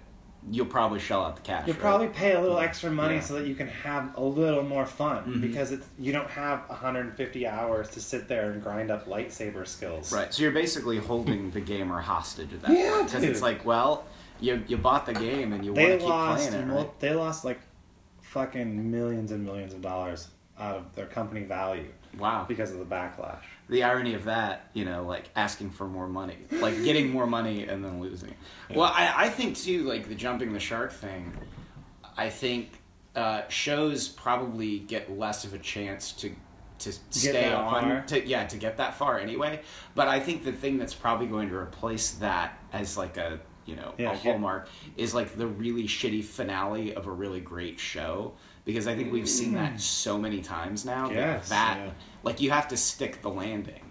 You'll probably shell out the cash.
you'll
right?
probably pay a little extra money
Yeah.
so that you can have a little more fun because it's, you don't have 150 hours to sit there and grind up lightsaber skills.
Right. So you're basically holding the gamer hostage at that
Yeah,
point. Because it's
dude.
like, well, you, you bought the game and you want to
They
keep
lost.
playing it.
mul-
Right?
They lost like fucking millions and millions of dollars out of their company value
Wow.
because of the backlash.
The irony of that, you know, like asking for more money, like getting more money and then losing. Well, I, I think too, like the jumping the shark thing, I think uh, shows probably get less of a chance to to stay
that
on
far.
to yeah to get that far anyway. But I think the thing that's probably going to replace that as like a you know
Yeah,
a
sure.
hallmark is like the really shitty finale of a really great show because I think we've seen that so many times now
Mm. Yes.
that that
Yeah.
like you have to stick the landing.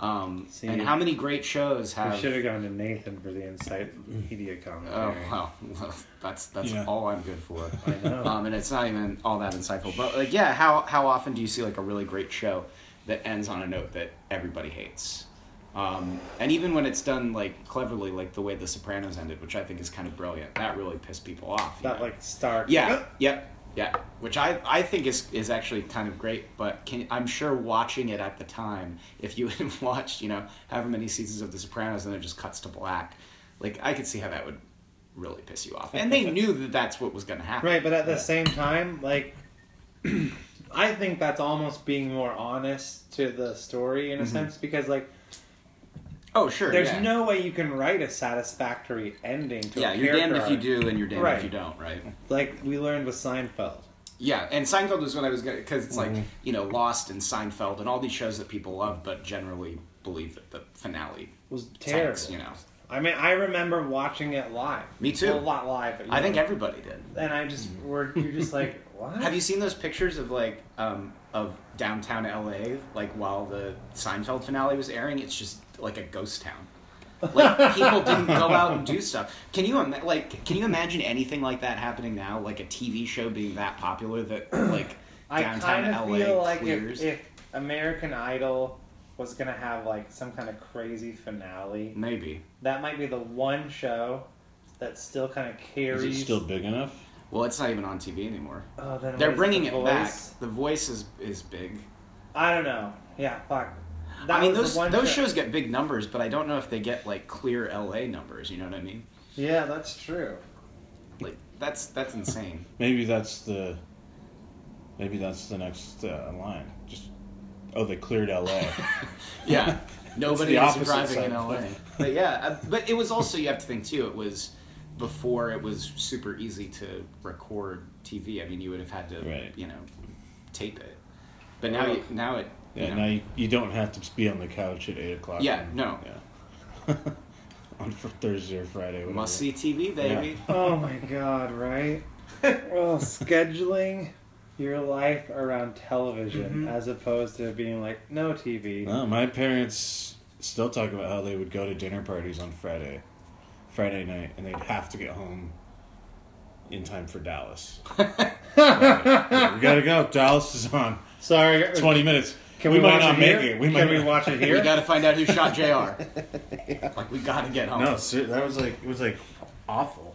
Um,
See.
and how many great shows have?
We should have gone to Nathan for the insight media comment.
Oh wow, that's that's
Yeah.
all I'm good for.
I know.
Um, and it's not even all that insightful. But like, yeah, how how often do you see like a really great show that ends on a note that everybody hates? Um, and even when it's done like cleverly, like the way The Sopranos ended, which I think is kind of brilliant, that really pissed people off. you
That
know?
like Stark.
Yeah. Yep. Yeah. Which I I think is is actually kind of great, but can I'm sure watching it at the time, if you had watched, you know, however many seasons of The Sopranos and it just cuts to black, like I could see how that would really piss you off. And they knew that that's what was going to happen.
Right, but at the same time, like, I think that's almost being more honest to the story in a sense because, like,
Oh, Mm-hmm. sure.
there's
yeah.
no way you can write a satisfactory ending to
Yeah,
a
you're damned
character
if you
arc.
do and you're damned
Right.
if you don't, right?
Like we learned with Seinfeld.
Yeah, and Seinfeld was when I was going to because it's
Mm-hmm.
like you know Lost and Seinfeld and all these shows that people love, but generally believe that the finale
Was terrible.
tanks, you know.
I mean, I remember watching it live.
Me too.
Well, not live, but you
I think
know.
everybody did.
and I just were you're just like what?
Have you seen those pictures of like um, of downtown LA, like while the Seinfeld finale was airing? It's just like a ghost town. Like people didn't go out and do stuff. Can you ima- like can you imagine anything like that happening now? Like a TV show being that popular that like
I
downtown
kind of
LA
feel like if,
clears?
if American Idol was gonna have like some kind of crazy finale,
Maybe.
that might be the one show that still kind of
Is it
carries.
still big enough?
Well, it's not even on TV anymore.
oh, then what
They're
is
bringing
The
it back.
Voice?
The voice is is big.
I don't know. Yeah, fuck. That
I mean,
was the
those
one
those
show-
shows get big numbers, but I don't know if they get like clear LA numbers. You know what I mean?
Yeah, that's true.
Like that's that's insane.
Maybe that's the. Maybe that's the next uh, line. Just oh, they cleared L.A.
Yeah. Nobody
It's
was
the opposite
driving in
side.
LA. But yeah, uh, but it was also, you have to think too, it was before it was super easy to record TV. I mean, you would have had to,
Right.
you know, tape it. But now, you, now it, you
yeah,
know,
now you, you don't have to be on the couch at eight o'clock.
Yeah,
and-
no.
Yeah. on fr- Thursday or Friday. Whatever.
must see TV, baby.
Oh my god, right? well, scheduling your life around television as opposed to being like, no TV.
No, my parents still talk about how they would go to dinner parties on Friday, Friday night, and they'd have to get home in time for Dallas. Yeah, we gotta go. Dallas is on.
Sorry,
Twenty minutes.
Can
we,
we,
might
watch
not
it
make
here?
it. We might
Can we
not-
watch it
We
here?
gotta find out who shot JR. Like, we gotta get home.
No, ser- that was like it was like awful.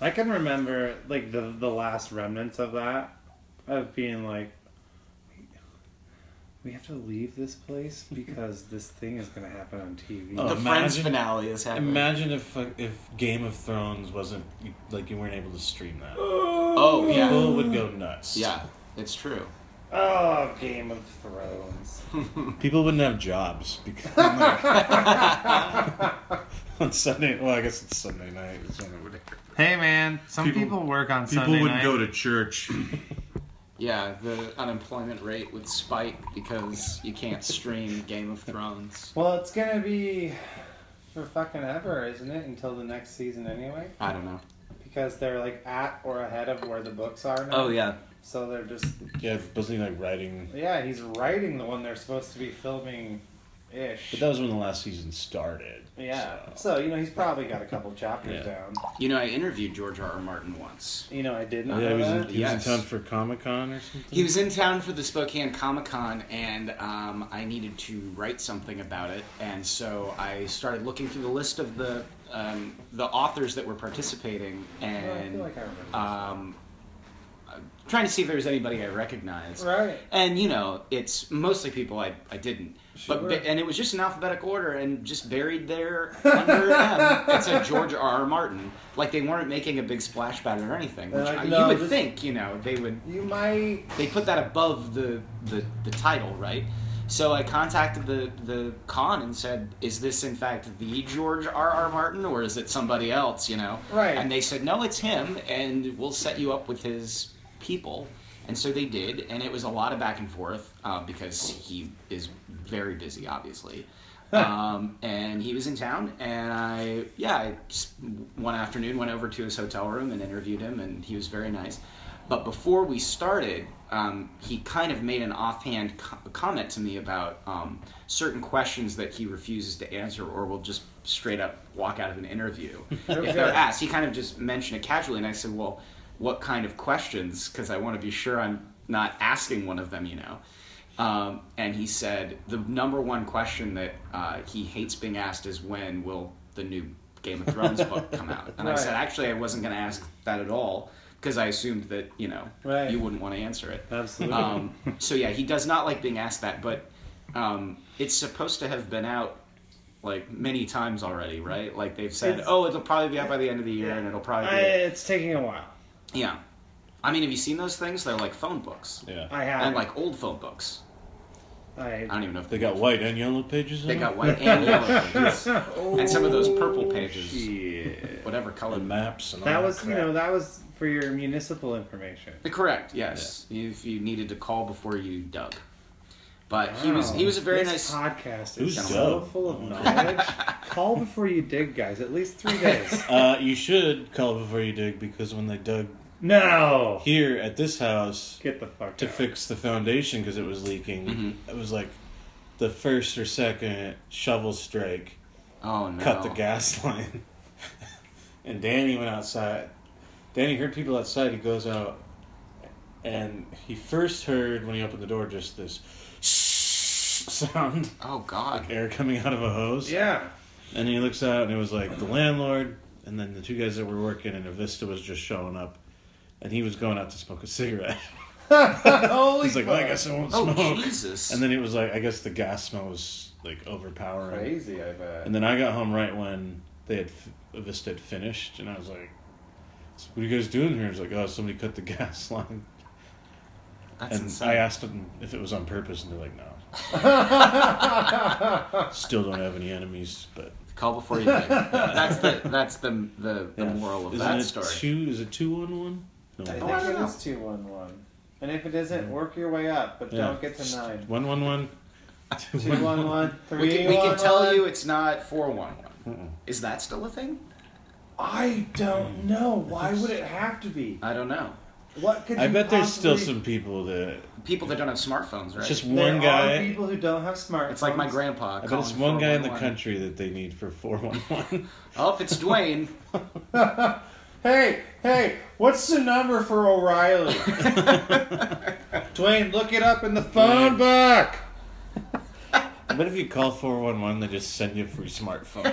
I can remember like the the last remnants of that of being like we have to leave this place because this thing is going to happen on TV.
Oh.
The Friends
Imagine-
finale is happening.
Imagine if uh, if Game of Thrones wasn't like you weren't able to stream that.
oh, yeah.
People would go nuts.
Yeah, it's true.
Oh, Game of Thrones.
People wouldn't have jobs because like, on Sunday. Well, I guess it's Sunday night. It's Sunday, whatever.
Hey man, some
People-
work on
People wouldn't go to church.
Yeah, the unemployment rate would spike because you can't stream Game of Thrones.
Well, it's gonna be for fucking ever, isn't it? Until the next season, anyway,
I don't know.
because they're like at or ahead of where the books are now.
Oh yeah,
So they're just
yeah, wasn't he like writing?
yeah. He's writing the one they're supposed to be filming ish.
But that was when the last season started.
yeah.
so-
So. you know he's probably got a couple chapters
Yeah.
down.
You know, I interviewed George R. R. Martin once.
You know I did
Oh,
not
yeah, he
know
was in,
that.
he was in
Yes.
town for Comic Con or something.
He was in town for the Spokane Comic Con, and um, I needed to write something about it, and so I started looking through the list of the um, the authors that were participating,
Oh, I
and
feel like I remember.
um, uh, trying to see if there was anybody I recognized.
right.
And you know, it's mostly people I, I didn't.
Sure.
But ba- and it was just in alphabetical order and just buried there under M. It said George R. R. Martin. Like they weren't making a big splash about it or anything.
They're
Which
like,
I,
Uh, "No,
you would
this-
think, you know, they would
You might.
they put that above the, the, the title, right? So I contacted the, the con and said, "Is this in fact the George R. R. Martin, or is it somebody else?" You know,
Right.
And they said, "No, it's him, and we'll set you up with his people." And so they did, and it was a lot of back and forth uh, because he is very busy, obviously. um, and he was in town, and I, yeah, I s- one afternoon went over to his hotel room and interviewed him, and he was very nice. But before we started, um, he kind of made an offhand co- comment to me about um, certain questions that he refuses to answer or will just straight up walk out of an interview if they're asked. He kind of just mentioned it casually, and I said, "Well, what kind of questions?" Because I want to be sure I'm not asking one of them, you know. Um, and he said the number one question that uh, he hates being asked is when will the new Game of Thrones book come out? And I said,
Right.
actually, I wasn't going to ask that at all because I assumed that you know
Right.
you wouldn't want to answer it.
Absolutely.
Um, so yeah, he does not like being asked that, but um, it's supposed to have been out like many times already, right? Like they've said,
It's-
oh, it'll probably be out by the end of the year, and it'll probably
I,
be
it's taking a while.
yeah. I mean, have you seen those things? They're like phone books,
Yeah.
I have.
and like old phone books. I
I,
don't even know if
they got white and yellow pages. on
They got
it?
white and yellow pages,
Oh,
and some of those purple pages, whatever color.
and maps and all
that
that
was you
crap.
know that was for your municipal information.
Correct. Yes, if you needed to call before you dug. But he was
Wow.
he was a very
Oh. This
nice.
podcast.
Who's
Is so
Doug?
full of
Oh.
knowledge. Call before you dig, guys. At least three days.
Uh, you should call before you dig because when they dug
no.
here at this house
Get the fuck
to
out.
fix the foundation because it was leaking, it was like the first or second shovel strike
Oh no!
cut the gas line. and Danny went outside. Danny heard people outside. He goes out, and he first heard when he opened the door just this sound,
Oh god!
air coming out of a hose.
Yeah.
And he looks out, and it was like the landlord, and then the two guys that were working, and Avista was just showing up, and he was going out to smoke a cigarette.
Holy
He's like, well, I guess I won't
Oh
smoke.
Jesus!
And then it was like, I guess the gas smell was like overpowering.
crazy. I bet.
And then I got home right when they had Vista had finished, and I was like, "What are you guys doing here?" He's like, "Oh, somebody cut the gas line."
That's
And
insane.
I asked them if it was on purpose, and they're like, "No." Still don't have any enemies, but
Call before you dig. that's the that's the the, the moral of
Isn't
that
it
story.
Two is it two on one? No,
I
Oh, I
think it
don't
is two one one. And if it isn't, work your way up, but
Yeah.
don't get to nine.
one one one. Two,
Two one one. Three
we can, we can
one,
tell
one.
you it's not four one one. Is that still a thing?
I
Hmm.
don't know. Why would it have to be?
I don't know.
What could
I
you
bet there's still
possibly-
some people that
People that don't have smartphones, right?
it's just
There
one
Are
guy.
people who don't have smartphones.
it's like my grandpa.
I bet
calling
it's one guy in the
411.
country that they need for four one one.
Oh, it's Dwayne.
Hey, hey, what's the number for O'Reilly? Dwayne, look it up in the phone book.
But if you call four one one, they just send you a free smartphone.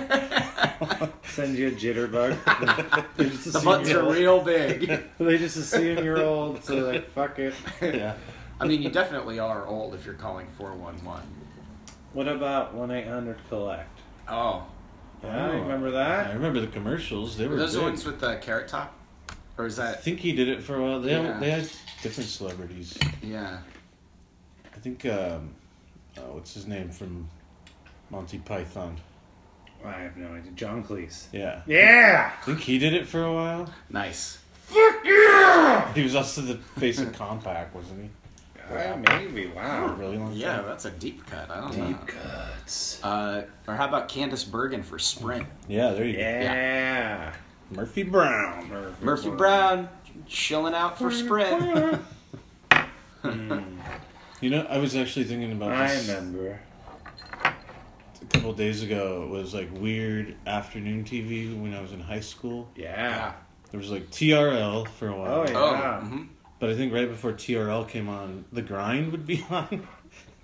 Send you a jitterbug. they, just
The
assume
butts
you're
are
old.
real big.
they just assume you're old, so they're like, fuck it.
yeah.
I mean, you definitely are old if you're calling four one one.
What about 1 800 Collect?
Oh,
Yeah, I
Oh.
remember
I
that.
remember the commercials. They
were
were.
those the
big.
ones with the carrot top, or is
I
that?
think he did it for a while. They
Yeah.
had, they had different celebrities.
Yeah.
I think um, uh, what's his name from Monty Python?
I have no idea. John Cleese.
Yeah.
Yeah!
I think he did it for a while.
Nice.
Fuck yeah!
He was also the face of Compact, wasn't he?
maybe.
For a
Wow.
really long
Yeah,
time.
that's a deep cut. I don't know.
Deep cuts.
Uh, or how about Candace Bergen for Sprint?
Yeah, there you
Yeah.
go. Murphy Brown.
Murphy Brown chilling out for Sprint.
You know, I was actually thinking about
I
this.
remember.
couple days ago was like weird afternoon TV when I was in high school.
Yeah.
There was like TRL for a while.
Oh, yeah.
Oh,
Yeah.
mhm.
But I think right before TRL came on, The Grind would be on.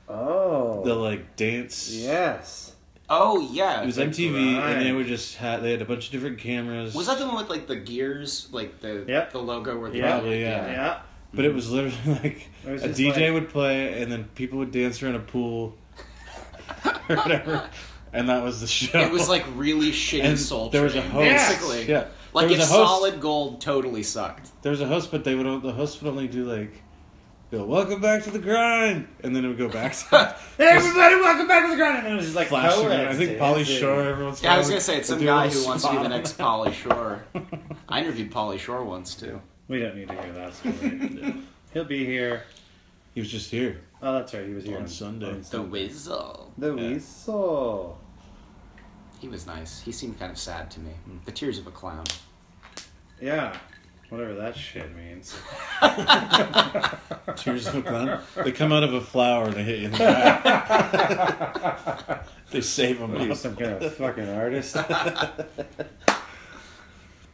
Oh.
the like dance.
yes.
oh yeah.
It was
The
MTV,
Grind.
and they were just had they had a bunch of different cameras.
Was that the one with like the gears, like the
Yep.
the logo? With
Yeah.
Probably, yeah.
Yeah.
But it was literally like
It was
a
just
DJ
like-
would play, and then people would dance around a pool or whatever, and that was the show.
It was like really shitty
And
soul.
there was a
Train,
host.
basically.
yeah,
Like
there
if
was a host.
solid gold totally sucked.
There was a host, but they would o- the host would only do like. Go, welcome back to the grind, and then it would go back to
Hey, everybody, welcome back to the ground. And it was just like
flashing.
poets
around. I think Polly
dancing.
Shore. Everyone's
Yeah, I was gonna say it's some guy who wants to be the next Polly Shore. I interviewed Polly Shore once too.
We don't need to hear that story. He'll be here.
He was just here.
Oh, that's right. He was here
On Sunday.
on
The
Sunday.
Weasel.
The
Yeah.
whistle.
He was nice. He seemed kind of sad to me. The tears of a clown.
Yeah. Whatever that shit means.
Tears of a clown. They come out of a flower and they hit you in the back. they save them.
He was some kind of fucking artist.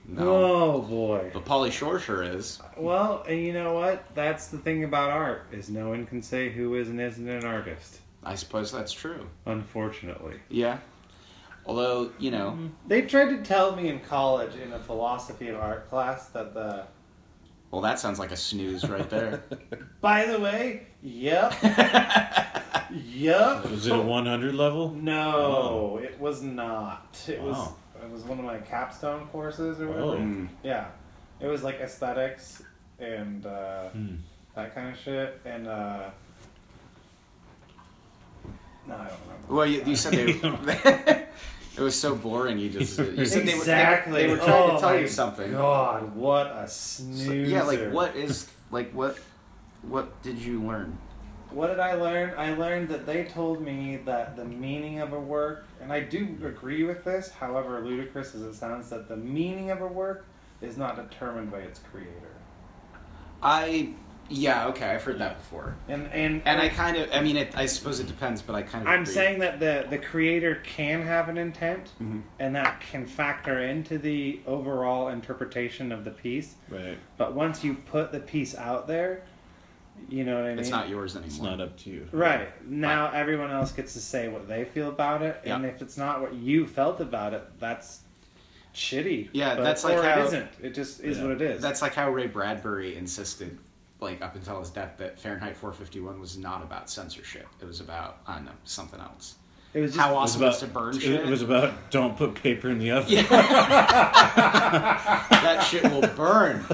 No.
Oh boy.
But Polly Shore sure is.
Well, and you know what? That's the thing about art is no one can say who is and isn't an artist.
I suppose that's true.
Unfortunately,
Yeah. Although, you know,
they tried to tell me in college in a philosophy of art class that the.
well, that sounds like a snooze right there.
By the way, yep, yep.
Was it a 100 level?
No, it was not. It was
Wow.
it was one of my capstone courses or whatever.
Oh.
Mm.
Yeah, it was like aesthetics and uh,
Hmm.
that kind of shit. And uh, no, I don't remember.
Well, you, you said they. it was so boring. You just you said they were-
exactly.
They, were- they were trying
Oh
to tell
my
you something.
God, what a
So-
snoozer!
yeah, like what is like what what did you learn?
What did I learn? I learned that they told me that the meaning of a work, and I do agree with this, however ludicrous as it sounds, that the meaning of a work is not determined by its creator.
I yeah okay I've heard that before.
And and
And I kind of I mean it, I suppose it depends, but I kind of
I'm
agree.
saying that the the creator can have an intent,
Mhm.
and that can factor into the overall interpretation of the piece.
Right.
But once you put the piece out there, you know what I mean.
it's not yours
It's
anymore.
not up to you.
Right. Now everyone else gets to say what they feel about it, and
Yeah.
if it's not what you felt about it, that's shitty.
Yeah,
But-
that's like
or
how-
it isn't. It just is
Yeah.
what it is.
That's like how Ray Bradbury insisted, like up until his death, that Fahrenheit 451 was not about censorship. It was about I don't know something else.
it was just
How
It was
awesome it is
about,
to burn
it
shit.
was about don't put paper in the oven.
Yeah. that shit will burn.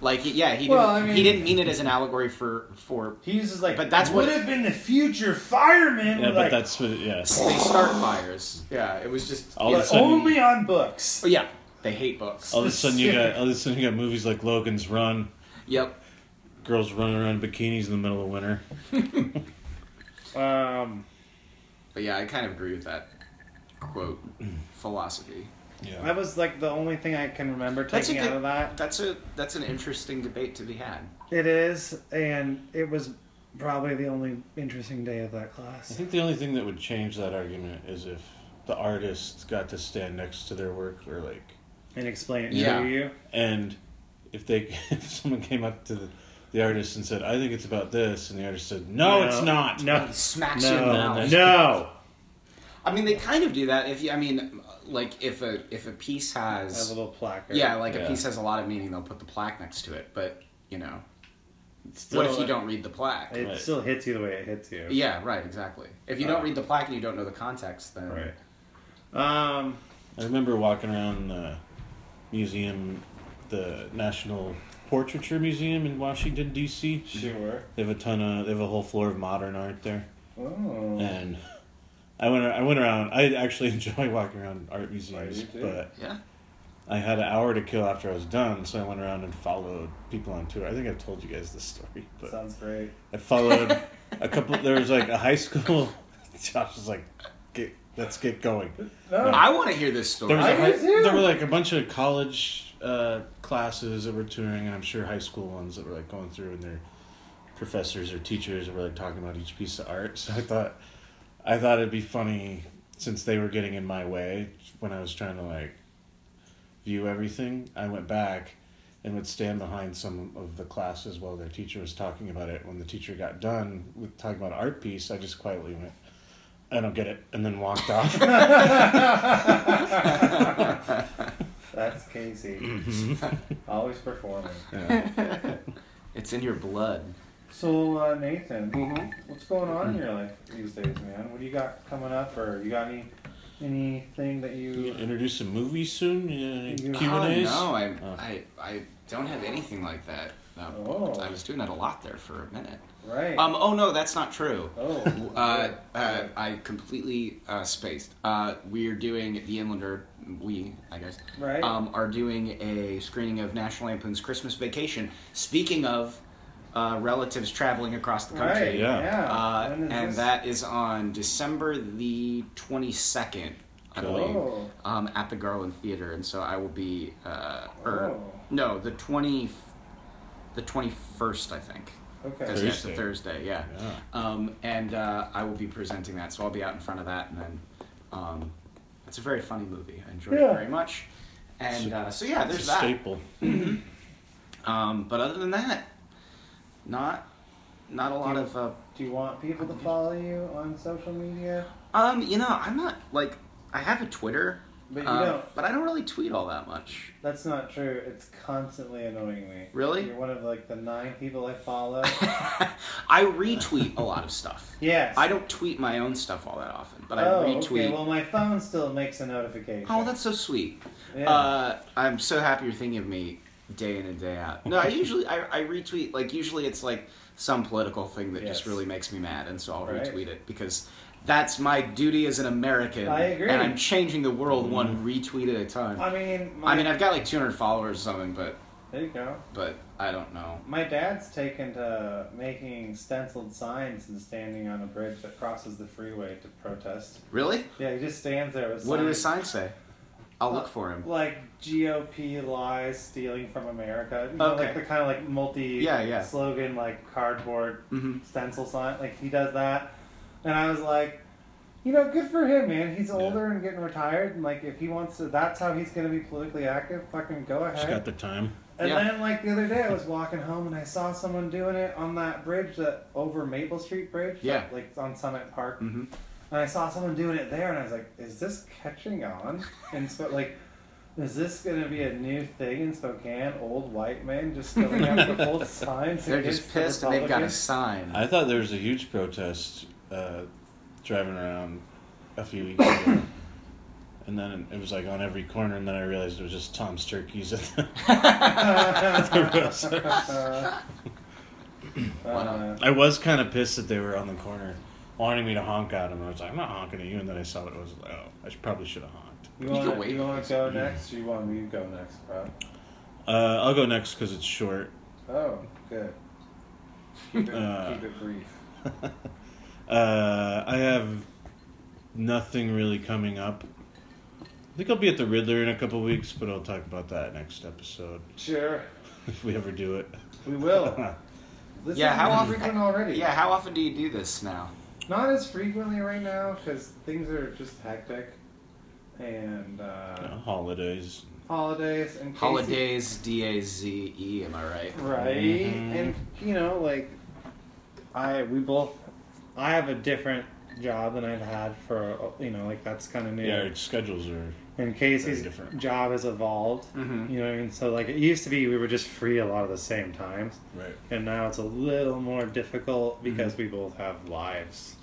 Like yeah, he didn't,
Well, I mean-
he didn't mean it as an allegory for for
he uses like.
But that's
would
what-
have been the future fireman.
Yeah,
like,
but that's what, yeah.
they start fires. Yeah, it was just
All
yeah.
of a sudden,
only on books.
Oh, yeah, they hate books.
all of a sudden you got, all of a sudden you got movies like Logan's Run,
Yep.
girls running around in bikinis in the middle of winter.
Um,
But yeah, I kind of agree with that quote philosophy.
Yeah.
that was like the only thing I can remember
That's a
taking out
good-
of that.
That's a that's an interesting debate to be had.
It is, and it was probably the only interesting day of that
I
class.
Mm-hmm.
think the only thing that would change that argument is if the artist got to stand next to their work or like
And explain it
Yeah.
to you.
And if they, if someone came up to the, the artist and said, "I think it's about this," and the artist said, "No, it's not."
No,
He smacks you in the
no,
mouth.
no.
I mean, they kind of do that if you. I mean, like if a if a piece has
a little placard.
yeah, like
Yeah.
a piece has a lot of meaning, they'll put the plaque next to it. But you know,
Still,
what if you
uh,
don't read the plaque?
It
Right.
still hits you the way it hits you.
yeah, right, exactly. If you
Uh,
don't read the plaque and you don't know the context, then
Right. Um.
I remember walking around the museum, the National Portraiture Museum in Washington D.C.
Sure.
They have a ton of, they have a whole floor of modern art there,
Oh.
and I went, I went around. I actually enjoy walking around art museums,
Oh, you do.
but
yeah,
I had an hour to kill after I was done, so I went around and followed people on tour. I think I've told you guys this story, but
Sounds great.
I followed a couple. There was like a high school. Josh was like, get, "Let's get going."
No.
I want to hear this story.
There was
I
a high,
do too.
there were like a bunch of college uh, classes that were touring, and I'm sure high school ones that were like going through, and their professors or teachers were like talking about each piece of art. So I thought, I thought it'd be funny since they were getting in my way when I was trying to like view everything, I went back and would stand behind some of the classes while their teacher was talking about it. When the teacher got done with talking about an art piece, I just quietly went, "I don't get it," and then walked off.
That's Casey. Always performing.
Yeah.
It's in your blood.
So uh, Nathan,
Mhm.
what's going on in your life these days, man? What do you got coming up, or you got any anything that
You
you?
Introduce a movie soon. Yeah,
You-
Q
Oh,
and A's.
no, I,
Oh.
I, I don't have anything like that. Um,
Oh.
I was doing that a lot there for a minute.
Right.
Um, oh no, that's not true.
oh.
Uh, uh, I completely uh, spaced. Uh, we're doing the Inlander. We, I guess,
Right.
um, are doing a screening of National Lampoon's Christmas Vacation. Speaking of uh, relatives traveling across the country,
Right.
yeah.
Yeah.
uh,
When is
and
this?
that is on December the 22nd, I
Cool.
believe,
Oh.
um, at the Garland Theater. And so I will be, uh, or
Oh.
no, the 20, the 21st, I think. Because
Okay.
that's a
Thursday.
Thursday, yeah.
Yeah.
Um, and uh, I will be presenting that, so I'll be out in front of that, and then um, it's a very funny movie. I enjoyed
Yeah.
it very much. And
It's a-
uh, so yeah,
It's a
there's that.
staple.
Um, but other than that, not not a lot of uh,
Do you want people to follow you on social media?
Um, you know, I'm not like I have a Twitter,
But you
um,
don't.
But I don't really tweet all that much.
That's not true. It's constantly annoying me.
Really?
You're one of like the nine people I follow.
I retweet a lot of stuff.
yes.
I don't tweet my own stuff all that often, but
oh,
I retweet.
okay. Well, my phone still makes a notification.
oh, that's so sweet.
Yeah.
Uh, I'm so happy you're thinking of me day in and day out. No, I usually I, I retweet like usually it's like some political thing that just
Yes.
really makes me mad, and so I'll
Right.
retweet it because that's my duty as an American.
I agree.
and I'm changing the world one retweet at a time.
I mean, my,
I mean, I've got like 200 followers or something, but
there you go.
but I don't know.
My dad's taken to making stenciled signs and standing on a bridge that crosses the freeway to protest.
Really?
Yeah, he just stands there with
What do his
signs
signs say? I'll look for him.
like GOP lies stealing from America. You know,
Okay.
like the kind of like multi
Yeah, yeah.
slogan like cardboard
Mhm.
stencil sign. Like he does that, and I was like, you know, good for him, man. He's older and getting retired, and like if he wants to, that's how he's gonna be politically active. Fucking go ahead.
Just got the time.
And
Yeah.
then, like the other day, I was walking home and I saw someone doing it on that bridge that over Maple Street Bridge.
Yeah.
that, like on Summit Park.
Mhm.
And I saw someone doing it there, and I was like, "Is this catching on?" And so, like, is this gonna be a new thing in Spokane? Old white men just going up the whole signs.
They're just
against the
pissed and they've got a
Republicans?
sign.
I thought there was a huge protest uh, driving around a few weeks ago. And then it was like on every corner, and then I realized it was just Tom's turkeys at the, at the roadside.
Uh,
Wow.
I was kind of pissed that they were on the corner, wanting me to honk at them. I was like, I'm not honking at you. And then I saw it. I was like, oh, I should, probably should have honked.
you
You can
want
wait.
you want to go next? Or you want me to go next, bro?
Uh, I'll go next because it's short.
Oh, good. Keep it,
Uh,
keep it brief.
Uh, I have nothing really coming up. I think I'll be at the Riddler in a couple weeks, but I'll talk about that next episode
Sure,
if we ever do it.
we will. This
Yeah,
is
how
more
often-
frequent already?
yeah, how often do you do this now?
not as frequently right now because things are just hectic, and uh,
You know, holidays.
holidays and Casey-
Holidays, D A Z E, am I right?
right?
Mhm.
And you know, like I we both I have a different job than I've had for uh, you know like that's kind of new.
Yeah, our schedules are.
and Casey's
Very different. Mm-hmm.
job has evolved.
Mhm.
You know, and so like it used to be we were just free a lot of the same times,
Right.
and now it's a little more difficult because
Mm-hmm.
we both have lives,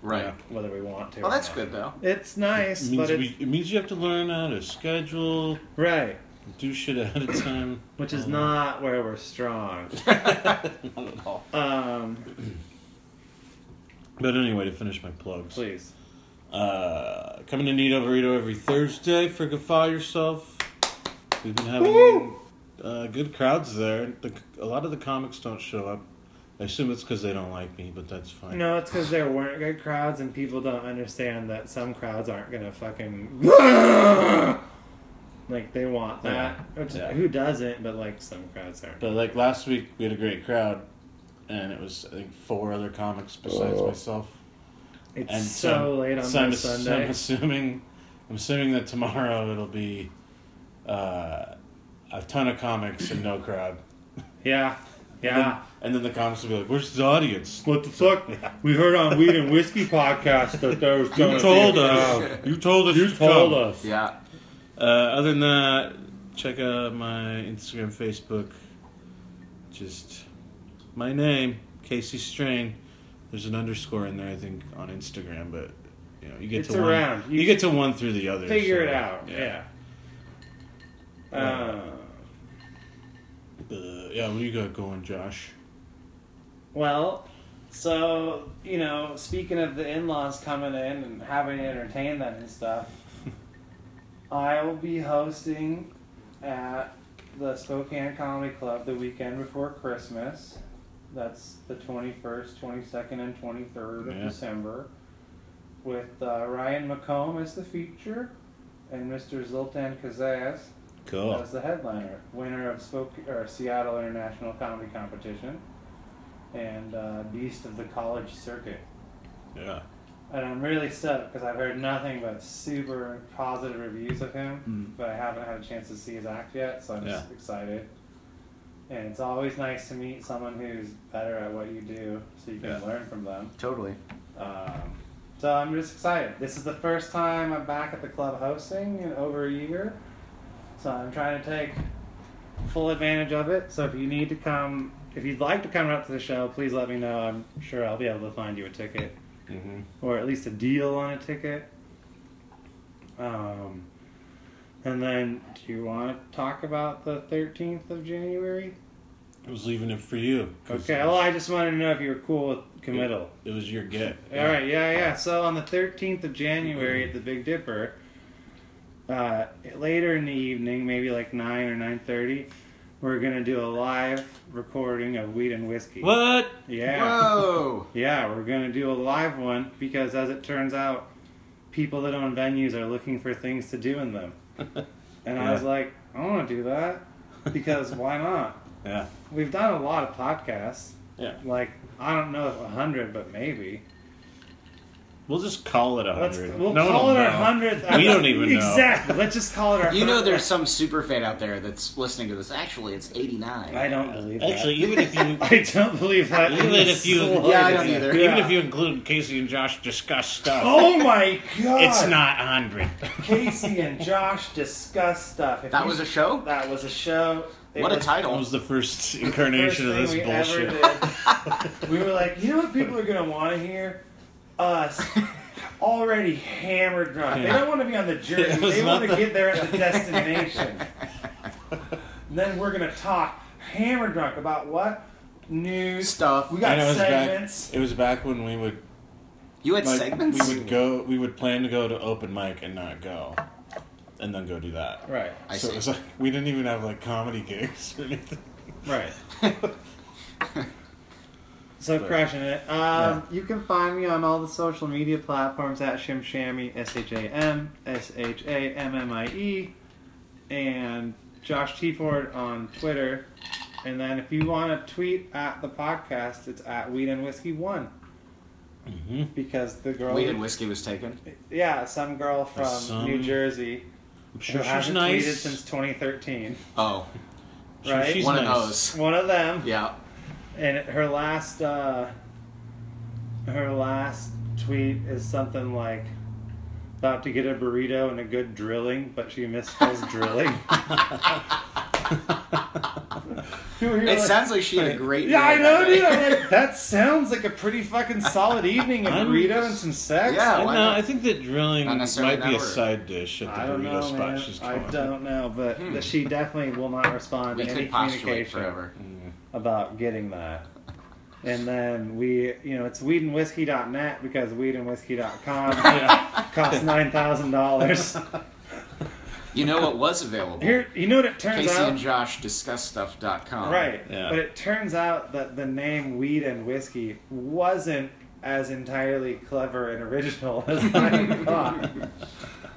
Right.
Yeah.
whether we want to.
Well,
or
that's
not.
good though.
It's nice,
It
but
means,
it's
we, it means you have to learn how to schedule,
right.
do shit ahead of time.
which is
Um,
not where we're strong.
Not at all.
Um,
But anyway, to finish my plugs.
please.
Uh, coming to Nito Burrito every Thursday for Gaffa Yourself. We've been having
Woo!
uh, good crowds there. The, a lot of the comics don't show up. I assume it's because they don't like me, but that's fine.
No, it's because there weren't good crowds, and people don't understand that some crowds aren't gonna fucking like they want that. Which,
Yeah.
Who doesn't? But like some crowds aren't.
But like last week, we had a great crowd, and it was I think four other comics besides myself.
It's
And
so
I'm-
late on
so I'm,
this
ass-
Sunday.
I'm assuming, I'm assuming that tomorrow it'll be uh, a ton of comics and no crowd.
yeah,
And then-
yeah.
And then the comics will be like, "Where's the audience?
What the fuck? We heard on Weed and Whiskey podcast that there was
You told us. You told us. to come."
us.
Yeah.
Uh, other than that, check out my Instagram, Facebook. Just my name, Casey Strain. There's an underscore in there, I think, on Instagram, but you know, you get
It's
to
around.
one.
You
You, get to one through the other.
Figure
so,
it out. Yeah. Uh,
Uh, yeah. What do you got going, Josh?
well, so you know, speaking of the in-laws coming in and having to entertain them and stuff, I will be hosting at the Spokane Comedy Club the weekend before Christmas. That's the 21st, 22nd, and 23rd of
Yeah.
December. With uh, Ryan McComb as the feature and Mr. Zoltan Kazaz
Cool.
as the headliner, winner of Spoke, or Seattle International Comedy Competition and uh, Beast of the College Circuit.
Yeah.
And I'm really stoked because I've heard nothing but super positive reviews of him,
Mm.
but I haven't had a chance to see his act yet, so I'm just excited. And it's always nice to meet someone who's better at what you do so you can
Yeah.
learn from them.
Totally.
Um, so I'm just excited. This is the first time I'm back at the club hosting in over a year. So I'm trying to take full advantage of it. So if you need to come, if you'd like to come out to the show, please let me know. I'm sure I'll be able to find you a ticket
Mm-hmm.
or at least a deal on a ticket. Um, and then, do you want to talk about the 13th of January?
I was leaving it for you. 'cause
Okay, well, I just wanted to know if you were cool with committal.
It was your get.
All right, yeah, yeah. So on the 13th of January at the Big Dipper, uh, later in the evening, maybe like 9 or 9.30, we're going to do a live recording of Weed and Whiskey.
What?
Yeah.
Whoa.
Yeah, we're going to do a live one because as it turns out, people that own venues are looking for things to do in them. And I
Yeah.
was like, I want to do that because why not?
Yeah.
We've done a lot of podcasts.
Yeah.
Like, I don't know if 100, but maybe.
We'll just call it a
Let's,
hundred.
we'll
No one
call
will
it our
know.
hundredth.
We don't even know.
Exactly. Let's just call it our.
You know, there's
100th.
some super fan out there that's listening to this. Actually, it's 89.
I don't believe that.
Actually, even if you
I don't believe that.
Even
in the
if you-
slightest.
Yeah, I don't either.
even
Yeah.
if you include Casey and Josh discuss stuff,
Oh my god!
it's not a hundred.
Casey and Josh discuss stuff. If
That
you-
was a show?
That was a show. It
What a
was
That
title.
was the first
the first
incarnation of this
thing we
bullshit.
ever did. we were like, you know what people are gonna want to hear? Us. Already hammered drunk. They
Yeah.
don't want to be on the journey.
It was
They want to
nothing.
get there at the destination. And then we're gonna talk hammer drunk about what news
Stuff.
We got
And it was
segments.
back. It was back when we would
You had
like
segments?
we would go. We would plan to go to open mic and not go, and then go do that.
Right,
I
so
see.
it was like we didn't even have like comedy gigs or anything.
right. so crushing it. Um, You can find me on all the social media platforms at Shimshammy, S H A M S H A M M I E, and Josh T Ford on Twitter. And then if you want to tweet at the podcast, it's at Weed and Whiskey One
Mm-hmm.
because the girl,
Weed and whiskey was taken.
yeah, some girl from
Some-
New Jersey.
I'm
Who
sure she's
hasn't
nice.
tweeted since 2013.
Oh,
Sure
right?
she's
one
nice.
of those.
One of them.
Yeah.
And her last, uh, her last tweet is something like, "About to get a burrito and a good drilling, but she misspells drilling."
It sounds like she had a great
Yeah, I
meal
know,
that
dude.
day.
I'm like, that sounds like a pretty fucking solid evening—a
I'm-
burrito and some sex.
Yeah,
I,
why
know,
not?
I think that drilling
Not
might be
necessarily
a
that word.
side dish at the
I don't
burrito
know,
spot
man.
she's
I
calling.
don't know, but
Hmm.
she definitely will not respond
We
to any
could postulate
communication.
forever.
about getting that. And then we, you know, it's weedandwhiskey.net because weedandwhiskey.com
Yeah.
costs nine thousand dollars.
You know what was available?
Here, you know what it turns
Casey and
out,
Josh discuss stuff.com.
right?
Yeah.
But it turns out that the name Weed and Whiskey wasn't as entirely clever and original as I thought. I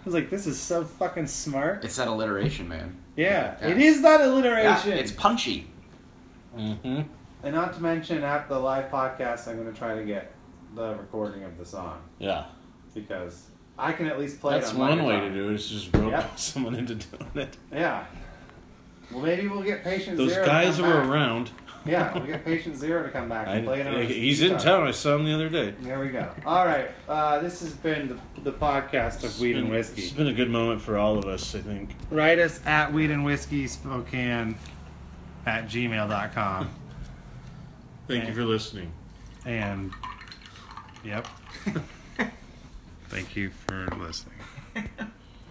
was like, this is so fucking smart.
It's that alliteration, man.
Yeah,
Yeah.
it is that
Yeah,
alliteration.
it's punchy.
hmm
and not to mention, at the live podcast, I'm going to try to get the recording of the song
Yeah.
because I can at least play
That's
it on my
one way
guitar.
to do it. Is just rope
Yep.
someone into doing it.
Yeah. Well, maybe we'll get patient
Those
zero. to
guys
come
were
back.
around.
Yeah, we'll get patient zero to come back
I,
and play it on
I-
his
he's in
guitar.
town. I saw him the other day.
There we go. All right. Uh, this has been the, the podcast of Weed and
It's been- It's
Whiskey.
been a good moment for all of us, I think.
Write us at Weed and Whiskey Spokane at gmail.com.
Thank
Yeah.
you for listening.
And, yep. Thank you for listening.
Bye.